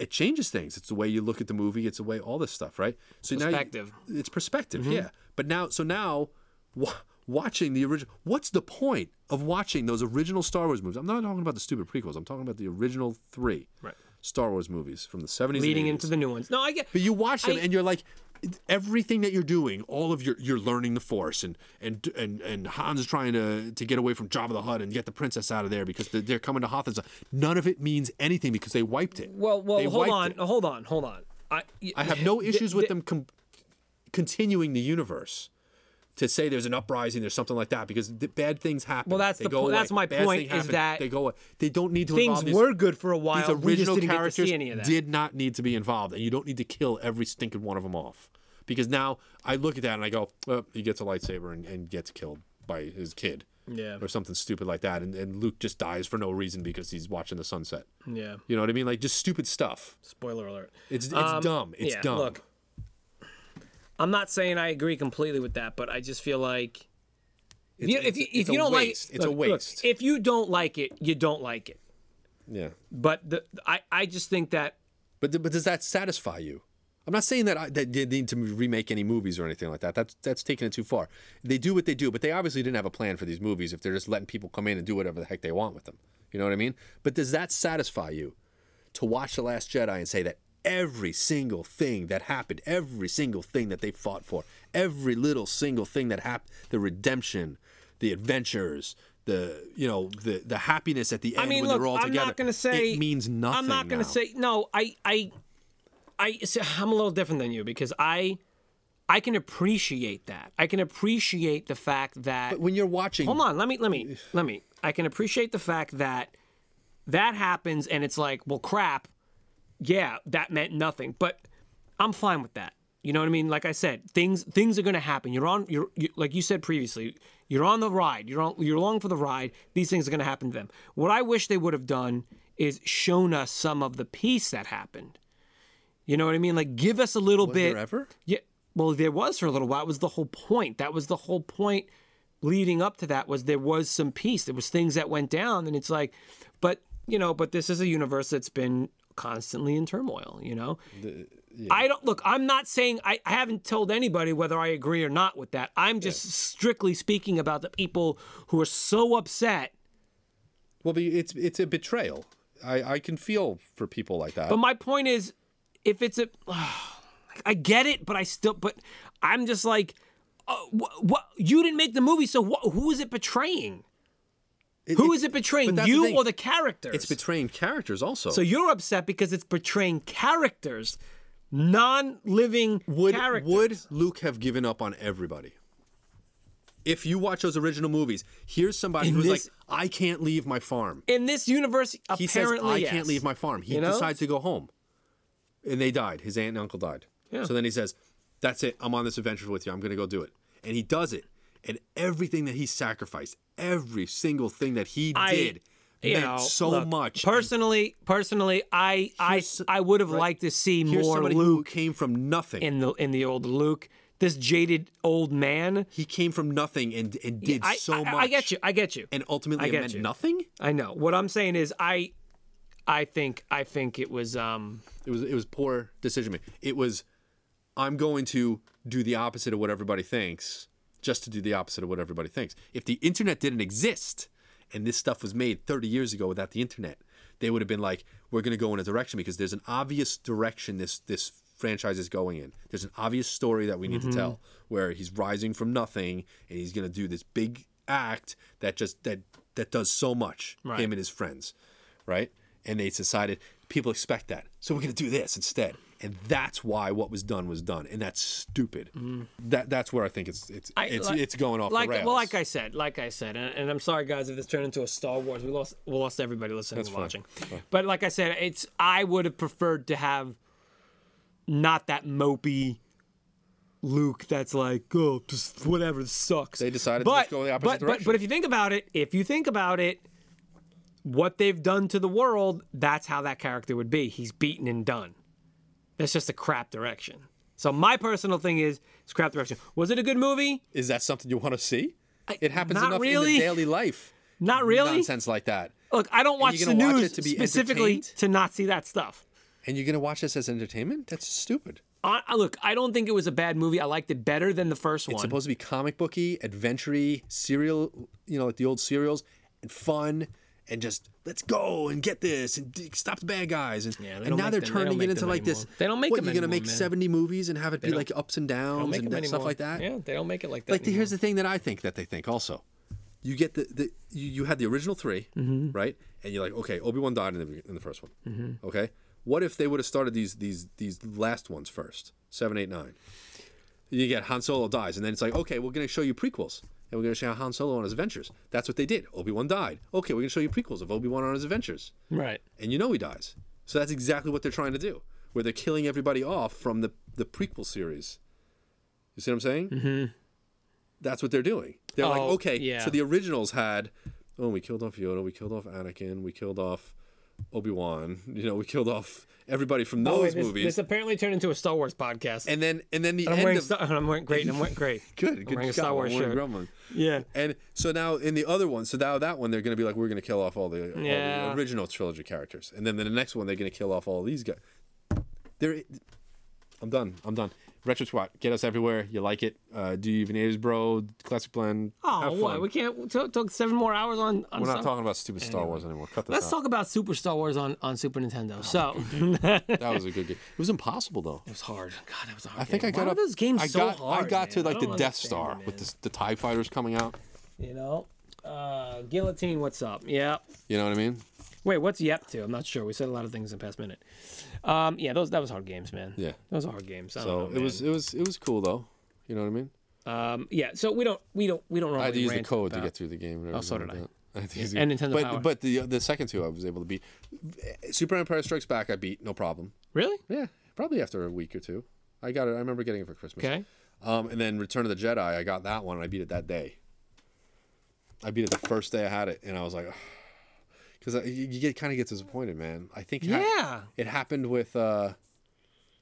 it changes things. It's the way you look at the movie. It's the way all this stuff, right? So
Perspective. Mm-hmm.
now you, it's perspective, yeah. But now, so now, wa- watching the original, what's the point of watching those original Star Wars movies? I'm not talking about the stupid prequels. I'm talking about the original three
Right.
Star Wars movies from the 70s, and
leading
80s.
into the new ones. No, I get.
But you watch them
I-
and you're like, everything that you're doing, all of your you're learning the Force and and and and Han's trying to to get away from Jabba the Hutt and get the princess out of there because they're, they're coming to Hoth. None of it means anything because they wiped it.
Well, well,
They
hold
wiped
on,
it.
hold on, hold on. I, y-
I have no
the-
issues
the-
with them com- continuing the universe. To say there's an uprising, there's something like that, because the bad things happen.
Well, that's
they
the
go
po-
away.
that's my
Bad
point
thing
is
happen,
that
they go away. They don't need to
Things
involve these-
were good for a while.
these
we just
original
didn't
characters
get to see any of that.
did not need to be involved, and you don't need to kill every stinking one of them off. Because now I look at that and I go, well, he gets a lightsaber and, and gets killed by his kid,
Yeah.
or something stupid like that, and, and Luke just dies for no reason because he's watching the sunset.
yeah.
You know what I mean? Like just stupid stuff.
Spoiler alert.
It's it's
Um,
dumb. It's
yeah,
dumb.
Look, I'm not saying I agree completely with that, but I just feel like if you, if you,
it's
if
a
you don't like
waste. It's a
look, look,
waste.
if you don't like it, you don't like it.
yeah.
But the, I I just think that
But th- but does that satisfy you? I'm not saying that I, that they need to remake any movies or anything like that. That's that's taking it too far. They do what they do, but they obviously didn't have a plan for these movies if they're just letting people come in and do whatever the heck they want with them. You know what I mean? But does that satisfy you to watch The Last Jedi and say that every single thing that happened, every single thing that they fought for, every little single thing that happened, the redemption, the adventures, the you know the the happiness at the end
I mean,
when
look,
they're all
I'm
together
not gonna say
it means nothing.
I'm not gonna
now.
say no. I I I am a little different than you because I I can appreciate that. I can appreciate the fact that
when you're watching
hold on let me let me let me i can appreciate the fact that that happens and it's like well crap yeah that meant nothing but i'm fine with that You know what I mean? Like I said, things things are going to happen. You're on you're you, like you said previously, you're on the ride. You're on you're along for the ride. These things are going to happen to them. What I wish they would have done is shown us some of the peace that happened. You know what I mean? Like give us a little
Was
bit
there ever?
yeah. Well, there was for a little while. It was the whole point. That was the whole point leading up to that was there was some peace. There was things that went down and it's like but you know, but this is a universe that's been constantly in turmoil, you know? I don't look, I'm not saying I, I haven't told anybody whether I agree or not with that. I'm just strictly speaking about the people who are so upset.
Well, but it's it's a betrayal. I, I can feel for people like that.
But my point is if it's a I get it, but I still but I'm just like uh, what, what you didn't make the movie, so wh- who is it betraying?
It-
Who
it-
is it betraying?
but that's the
You
thing.
or the characters?
It's betraying characters also.
so you're upset because it's betraying characters, non-living
would
characters.
would Luke have given up on everybody? If you watch those original movies, here's somebody
In
who's
this-
like, I can't leave my farm.
in this universe, apparently,
He says, I
yes.
can't leave my farm. He
You know?
decides to go home. And they died. His aunt and uncle died.
Yeah.
So then he says, That's it. I'm on this adventure with you. I'm going to go do it. And he does it. And everything that he sacrificed, every single thing that he
I-
did,
You
meant
know,
so
look,
much.
Personally, personally, I I
Here's-
I would have liked to see
Here's
more
somebody
Luke
who came from nothing.
in the in the old Luke. This jaded old man.
he came from nothing and, and did
I,
so
I-
much.
I get you. I get you.
And ultimately,
I
it
get
meant
you.
nothing.
I know. What I'm saying is, I I think I think it was um
It was it was poor decision making. It was I'm going to do the opposite of what everybody thinks just to do the opposite of what everybody thinks. If the internet didn't exist and this stuff was made 30 years ago without the internet, they would have been like we're going to go in a direction because there's an obvious direction this this franchise is going in. There's an obvious story that we need to tell where he's rising from nothing and he's going to do this big act that just that that does so much
Right.
him and his friends right? And they decided people expect that, so we're gonna do this instead, and that's why what was done was done, and that's stupid. That that's where I think it's it's
Mm. I-
it's,
like-
it's going off
like
the rails.
well, like uh, I said, like I said, and, and I'm sorry guys if this turned into a Star Wars. We lost we lost everybody listening and
fine.
watching. But like I said, it's I would have preferred to have not that mopey Luke that's like, oh, just whatever, this sucks.
They decided to
but,
just go the opposite
but, But,
direction.
but if you think about it, if you think about it, what they've done to the world, that's how that character would be. He's beaten and done. That's just a crap direction. So my personal thing is, it's crap direction. Was it a good movie?
is that something you want to see? it happens
not
enough
really.
in the daily life.
Not really.
Nonsense like that,
Look, I don't watch
you're
the
gonna watch
news
it to be
specifically
entertained?
to not see that stuff.
and you're gonna watch this as entertainment? That's stupid.
I, I- look, I don't think it was a bad movie. I liked it better than the first
It's
one.
supposed to be comic booky, adventure-y, serial, you know, like the old serials, and fun, and just let's go and get this and d- stop the bad guys. And,
Yeah,
and
they don't
now
make
they're
them- they don't
turning
make
it into
them
like this.
anymore. They don't make
what,
them
You're gonna
anymore,
make
man.
seventy movies and have it be like ups and
Don't
downs
make
and
them
that stuff
anymore.
like that.
Yeah, they don't make it like that.
Like the,
anymore.
here's the thing that I think that they think also. You get the, the you, you had the original 3 right? And you're like, okay, Obi Wan died in the in the first one. Okay, what if they would have started these these these last ones first? Seven, eight, nine. You get Han Solo dies, and then it's like, okay, we're going to show you prequels, and we're going to show Han Solo on his adventures. That's what they did. Obi Wan died. Okay, we're going to show you prequels of Obi Wan on his adventures
right.
and you know he dies. So that's exactly what they're trying to do, where they're killing everybody off from the the prequel series. You see what I'm saying? Mm-hmm. That's what they're doing. They're like,
Oh,
okay,
yeah.
so the originals had, oh, we killed off Yoda, we killed off Anakin, we killed off Obi Wan, you know, we killed off everybody from those
Oh, wait, this,
movies,
this apparently turned into a Star Wars podcast.
and then and then the
I'm
end
wearing,
of
Star- I'm wearing great. I'm wearing great.
good,
I'm wearing
good
a Star
job,
Wars
Warren
shirt.
Grumman.
Yeah.
And so now in the other one, so now that one they're going to be like, we're going to kill off all the, all the
Yeah.
original trilogy characters, and then the next one they're going to kill off all these guys. There, I'm done. I'm done. Retro Squad, get us everywhere. You like it? Uh, do you even Natives, bro? Classic Blend.
Oh,
Have
what?
fun.
We can't talk, talk seven more hours on. on
We're not
Star-
talking about stupid Star Wars anymore. Cut this
Let's
out.
talk about Super Star Wars on, on Super Nintendo. so
that was a good game. It was impossible though.
it was hard. God, that was a hard.
I think I got up.
Why Are those games
I
so
got,
hard.
I got
man?
to like
I
the
don't
Death
understand
Star
it, man.
with the, the Tie Fighters coming out.
You know, uh, guillotine. What's up? Yeah.
You know what I mean?
Wait, what's Yep to? I'm not sure. We said a lot of things in the past minute. Um, yeah, those that was hard games, man.
Yeah.
those are hard games. I don't
So
know,
Oh, it was it was it was cool though. You know what I mean?
man. Um, yeah, so we don't, we don't, we don't normally
I had to use the
rant
code to
about-
get through the game. Oh,
so did I.
I. had to use
and
the-
Nintendo
but,
Power.
But the the second two I was able to beat. Super Empire Strikes Back I beat no problem.
Really?
Yeah, probably after a week or two. I got it. I remember getting it for Christmas.
Okay.
Um, and then Return of the Jedi, I got that one. and I beat it that day. I beat it the first day I had it, and I was like, because you you get kind of get disappointed, man. I think ha-
Yeah.
it happened with. Uh,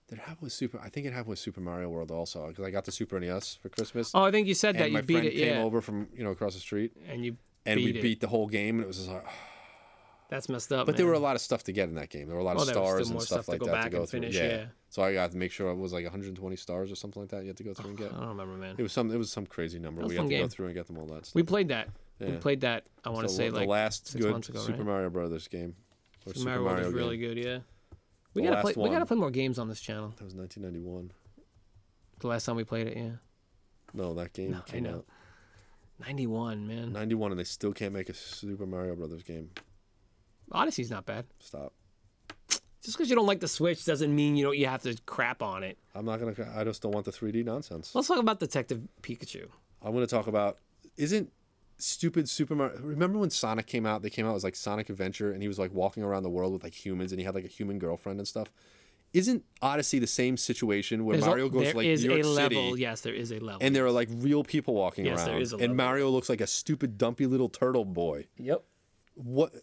did it happen with Super? I think it happened with Super Mario World also, because I got the Super NES for Christmas,
Oh, I think you said that
and my
you beat
friend
it,
came
yeah,
over from you know across the street,
and you
and
beat
we
it.
beat the whole game, and it was just like.
That's messed up.
But there
man.
were a lot of stuff to get in that game. There were a lot
Oh,
of
there was still
stars and
more
stuff,
stuff to
like
go
that
back
to go
and
through.
finish,
yeah.
yeah.
So I got to make sure it was like 120 stars or something like that. You had to go through and get.
I don't remember, man.
It was some. It was some crazy number.
Uh-huh. was
We
a
had to
fun
go
game.
through and get them all that stuff.
We played that. We
Yeah.
played that. I want to
So
say
the
like
last
six
good
months ago,
Super
right?
Mario Brothers game. Or
Super Mario World is really
game.
good. Yeah. We
The
gotta play.
last
We gotta
one.
play more games on this channel.
That was 1991.
The last time we played it, yeah,
No, that game
No, I
came
know.
out
ninety one, man.
91, and they still can't make a Super Mario Brothers game.
Odyssey's not bad.
Stop.
Just because you don't like the Switch doesn't mean you don't. You have to crap on it.
I'm not gonna. I just don't want the 3D nonsense.
Let's talk about Detective Pikachu.
I'm gonna talk about. Isn't stupid Super Mario? Remember when Sonic came out? They came out as like Sonic Adventure, and he was like walking around the world with like humans, and he had like a human girlfriend and stuff. Isn't Odyssey the same situation where
There's a-
Mario goes
there
to like
is
New York
a
City?
level. Yes, there is a level.
and there are like real people walking
Yes,
around,
there is a level.
and Mario looks like a stupid, dumpy little turtle boy.
yep.
What?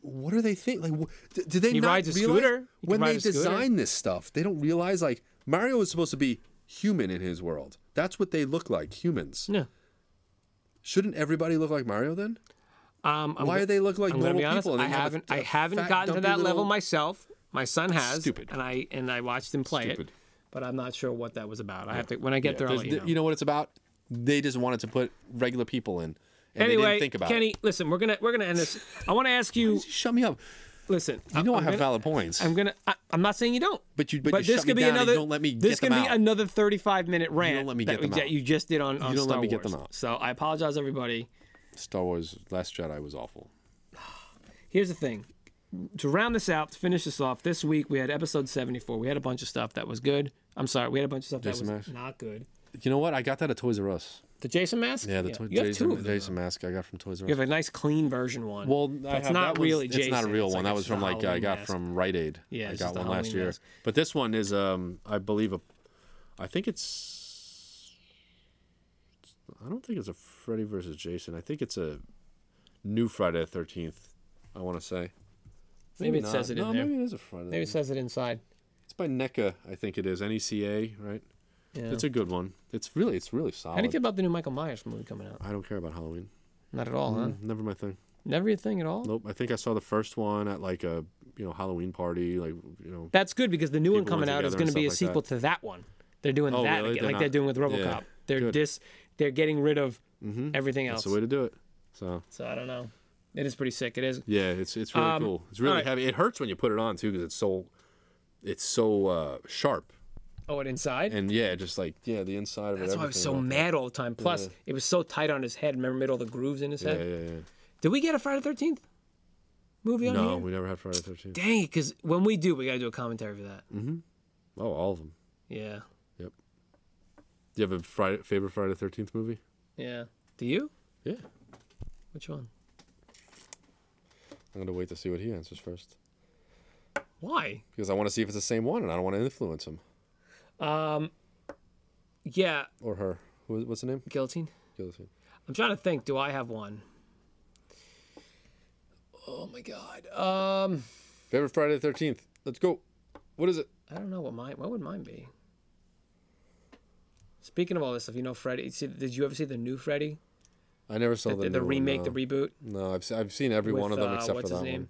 What are they think? Like, wh- d- did they
He
not
rides a
realize
scooter. He can
when
ride
they
a scooter.
design this stuff? They don't realize like Mario is supposed to be human in his world. That's what they look like, humans.
Yeah.
Shouldn't everybody look like Mario then?
Um, I'm
Why
go-
do they look like
I'm gonna
normal
be honest.
people? and
I
then have a-
haven't. I
a
haven't
fat,
gotten to
dumpy
that level
little-
myself. My son has.
Stupid.
And I and I watched him play
Stupid.
it, but I'm not sure what that was about. I have to when I get there. I'll
There's-
let you know.
You know what it's about? They just wanted to put regular people in, and they
anyway,
didn't think about
Kenny,
it.
listen, we're gonna we're gonna end this. I want to ask you.
Shut me up.
Listen,
You know i
I'm
have
gonna,
valid points.
I'm gonna. I, I'm not saying you don't.
But you- but you
this
shut me
could be
down and
another.
don't let me
This
get
could
them
be
out.
another 35 minute rant.
let me
that,
get them
that
out.
you just did on. on
You don't
Star
let me get
Wars.
them out.
So I apologize, everybody.
Star Wars: Last Jedi was awful.
Here's the thing. To round this out, to finish this off, this week we had episode 74. We had a bunch of stuff that was good. I'm sorry, we had a bunch of stuff
Jason
that was
Mask.
not good.
You know what? I got that at Toys R Us.
The Jason mask?
Yeah, the to-
you have
Jason,
two of them.
Jason mask I got from Toys R Us.
You have a nice clean version one.
well, I
it's
have-
not
that
really
was, It's not a
Jason.
real
It's
one.
like
that was
it's
from
the
like uh, I
Halloween
got
mask.
from Rite Aid.
Yeah,
I
it's
got
just the
one last
Halloween
year.
mask.
But this one is, um, I believe, a. I think it's. I don't think it's a Freddy versus Jason. I think it's a new Friday the Thirteenth. I want to say.
Maybe it says
not.
it in
no,
there.
Maybe it is a Friday.
Maybe it says it inside.
It's by NECA, I think it is. NECA, right?
Yeah.
It's a good one. It's really, it's really
How do you
solid.
feel about the new Michael Myers movie coming out?
I don't care about Halloween.
Not at all, huh?
Never my thing.
Never your thing at all?
Nope. I think I saw the first one at like a you know Halloween party, like you know.
That's good because the new one
People
coming
went
out is
together
going
and
to be a
stuff like
sequel to that one. They're doing
Oh,
that
really?
again,
They're
like they're
not-
doing with
yeah,
RoboCop. They're
good. Mm-hmm.
dis they're getting rid of everything else.
That's the way to do it. So
So I don't know. It is pretty sick. It is.
yeah, it's it's really
Um,
cool. It's really
alright.
heavy. It hurts when you put it on too because it's so it's so uh, sharp
Oh, and inside.
and yeah, just like yeah, the inside of it.
That's why I was
everything
so
about
mad all the time. Plus, it was so tight on his head. Remember, made all the grooves in his
that.
head.
Yeah, yeah,
Did we get a Friday Thirteenth movie
yeah.
on
No,
here?
we never had Friday the Thirteenth.
Dang, because when we do, we got to do a commentary for that.
Oh, all of them.
Yeah,
Yep. Do you have a Friday, favorite Friday the Thirteenth movie?
yeah. Do you?
Yeah.
Which one?
I'm gonna wait to see what he answers first
Why?
because I want to see if it's the same one, and I don't want to influence him
Yeah,
or her. Who, what's the name?
guillotine.
Guillotine.
I'm trying to think. Do I have one? Oh my god. Um,
Favorite Friday the Thirteenth. Let's go. What is it?
I don't know what mine. What would mine be? Speaking of all this stuff, you know Freddy. See, did you ever see the new Freddy?
I never saw
The,
the,
the, the
new one,
remake,
no.
the reboot.
No, I've se- I've seen every one of
with,
them
uh,
except
what's
for that
his name?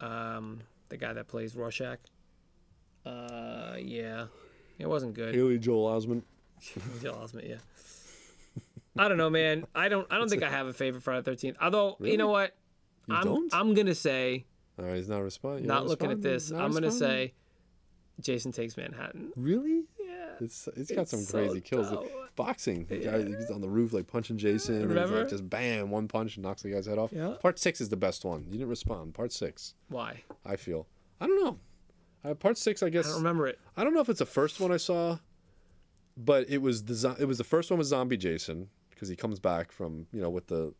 Um, the guy that plays Rorschach. Uh, yeah, it wasn't
one.
good.
Haley Joel Osment.
Jill Osment, yeah. I don't know, man. I don't. I don't think I have a favorite Friday the Thirteenth. Although you know what, I'm
don't?
I'm gonna say
All right, he's not responding.
not looking at this. I'm gonna say Jason Takes Manhattan.
really.
Yeah.
It's it's got some
so
crazy kills.
dope.
Boxing. The guy he's on the roof like punching Jason. and he's
Remember?
like just bam, one punch and knocks the guy's head off.
Yeah.
Part six is the best one. You didn't respond. Part six,
Why?
I feel. I don't know. Uh, part six, I guess.
I don't remember it.
I don't know if it's the first one I saw, but it was the zo- it was the first one with Zombie Jason because he comes back from you know with the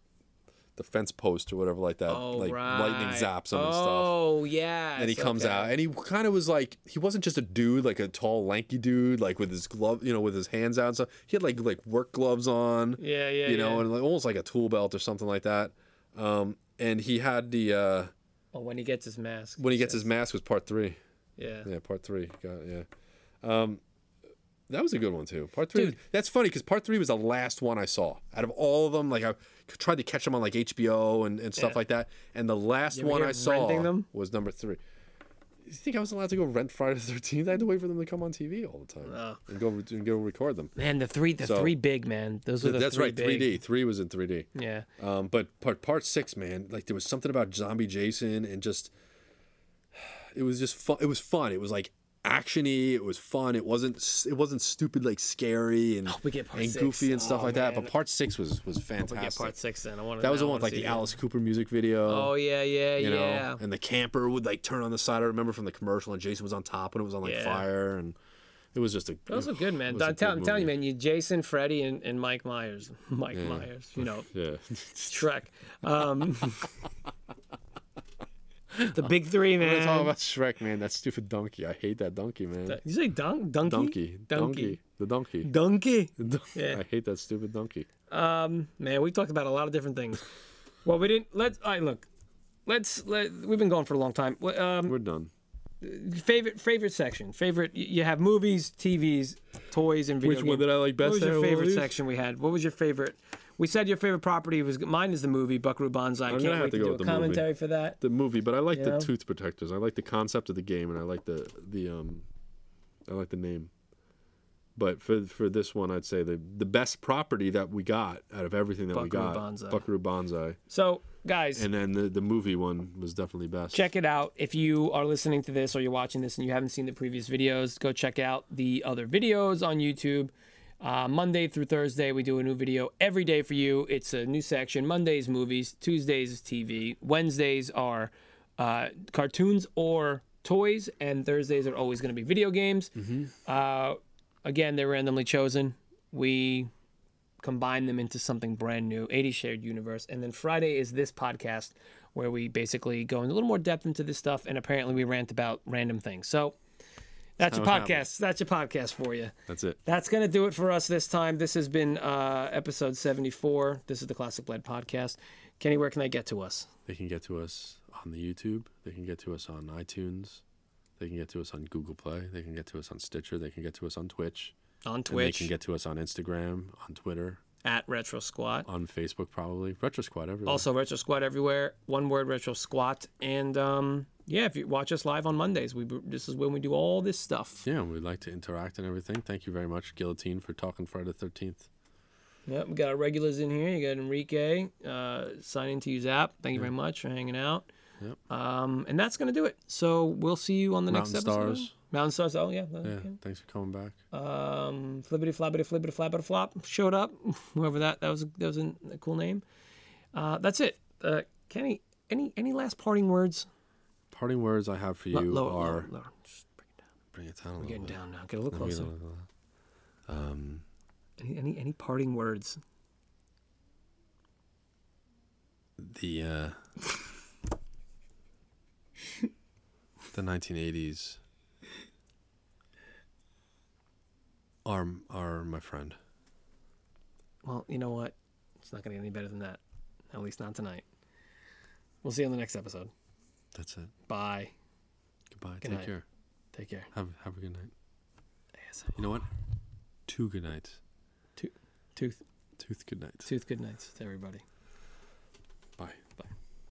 the fence post or whatever like that.
Oh,
like
right.
lightning zaps him
oh,
and stuff.
Oh, yeah.
And he comes out and he kind of was like he wasn't just a dude, like a tall, lanky dude, like with his glove you know, with his hands out and stuff. He had like like work gloves on.
Yeah, yeah,
You know,
yeah.
and like almost like a tool belt or something like that. Um and he had the uh
Oh, when he gets his mask.
when he gets his mask was part three.
Yeah.
Yeah, part three. Got it, yeah. Um, that was a good one too. Part three.
Dude.
That's funny because part three was the last one I saw out of all of them. Like I c- tried to catch them on like HBO and, and stuff
Yeah.
like that, and the last
ever
one
hear
I
of
saw
renting them?
was number three. You think I was allowed to go rent Friday the Thirteenth? I had to wait for them to come on TV all the time
Oh.
and go re- and go record them.
Man, the three, the
So-
three big man. Those are the
That's
three
right,
big.
3D. Three was in 3D.
Yeah.
Um, but part part six, man, like there was something about zombie Jason and just it was just fun. It was fun. It was like actiony. It was fun. It wasn't s- it wasn't stupid like scary and,
Oh, we get part
and
six.
goofy and stuff
Oh,
like that.
man.
But part six was was fantastic.
We get part six then. I want to.
that was the one with like the Alice Cooper music video.
Oh yeah, yeah,
You know,
yeah.
and the camper would like turn on the side. I remember from the commercial, and Jason was on top, and it was on like
Yeah.
fire, and it was just a.
Those are good, man.
was a
I'm, tell-
good
I'm telling you,
movie.
man. You, Jason, Freddy, and, and Mike Myers. Mike Myers. You know,
Yeah,
Shrek. Um, the big three,
we're
man.
talking about Shrek, man. That stupid donkey. I hate that donkey, man.
Did you say dunk? Donkey? Hmm.
donkey, donkey, the donkey.
Donkey.
I hate that stupid donkey.
Um, man, we talked about a lot of different things. Well, we didn't. Let's. All right, look. Let's. Let, we've been going for a long time. What, Um,
We're done.
favorite favorite section. Favorite. y- You have movies, TVs, toys, and video
Which one
games.
did I like best?
What was
out
your
of all
favorite
these?
section we had? What was your favorite? We said your favorite property was mine is the movie Buckaroo Banzai. I can't
gonna have
wait
to
to,
go
do
with
a
the movie.
commentary for that.
The movie, but I like
Yeah.
the tooth protectors. I like the concept of the game, and I like the the um, I like the name. But for for this one, I'd say the the best property that we got out of everything that we
Buckaroo
got,
Banzai.
Buckaroo Banzai,
So, guys,
and then the the movie one was definitely best.
check it out. If you are listening to this or you're watching this and you haven't seen the previous videos, go check out the other videos on YouTube. Uh, Monday through Thursday, we do a new video every day for you. It's a new section. Mondays, movies. Tuesdays is TV. Wednesdays are uh, cartoons or toys. And Thursdays are always going to be video games. Uh, again, they're randomly chosen. We combine them into something brand new 80 shared universe and then friday is this podcast where we basically go in a little more depth into this stuff and apparently we rant about random things so that's your
how it
podcast that's your podcast for you
That's it.
that's gonna do it for us this time this has been uh, episode 74 this is the classic bled podcast kenny where can i get to us
They can get to us on the YouTube. They can get to us on iTunes. They can get to us on Google Play. They can get to us on Stitcher. They can get to us on Twitch.
on
And they
twitch
can get to us on Instagram, on Twitter,
at retro squat
on Facebook, probably. Retro Squad everywhere.
also retro squat everywhere one word retro squat and um, yeah if you watch us live on mondays we this is when we do all this stuff
yeah, we'd like to interact and everything. Thank you very much, Guillotine, for talking Friday the 13th.
Yep, we got our regulars in here. You got Enrique uh, signing to use app. Thank you very much for hanging out.
Yep.
Um, and that's gonna do it. So we'll see you on the
Mountain
next episode.
Stars.
Mountain Stars. Oh yeah.
Yeah,
okay.
thanks for coming back.
Um, flippity floppity flippity flappity flop showed up. Whoever that that was that was a a cool name. Uh, that's it. Uh, Kenny, any any last parting words?
Parting words I have for you
Lo- lower,
are Oh,
lower, lower. Just
bring it down a little
getting
bit.
down now. Get a little
Bring it
closer.
down a little. Um,
Any any, any parting words?
the uh, the 1980s are are my friend.
Well, you know what? It's not gonna get any better than that. At least not tonight. We'll see you on the next episode.
That's it.
Bye.
Goodbye.
Good
Take
night.
care.
Take care.
Have have a good night.
ASMR.
You know what? Two good nights.
Tooth,
Tooth good nights.
tooth good nights to everybody.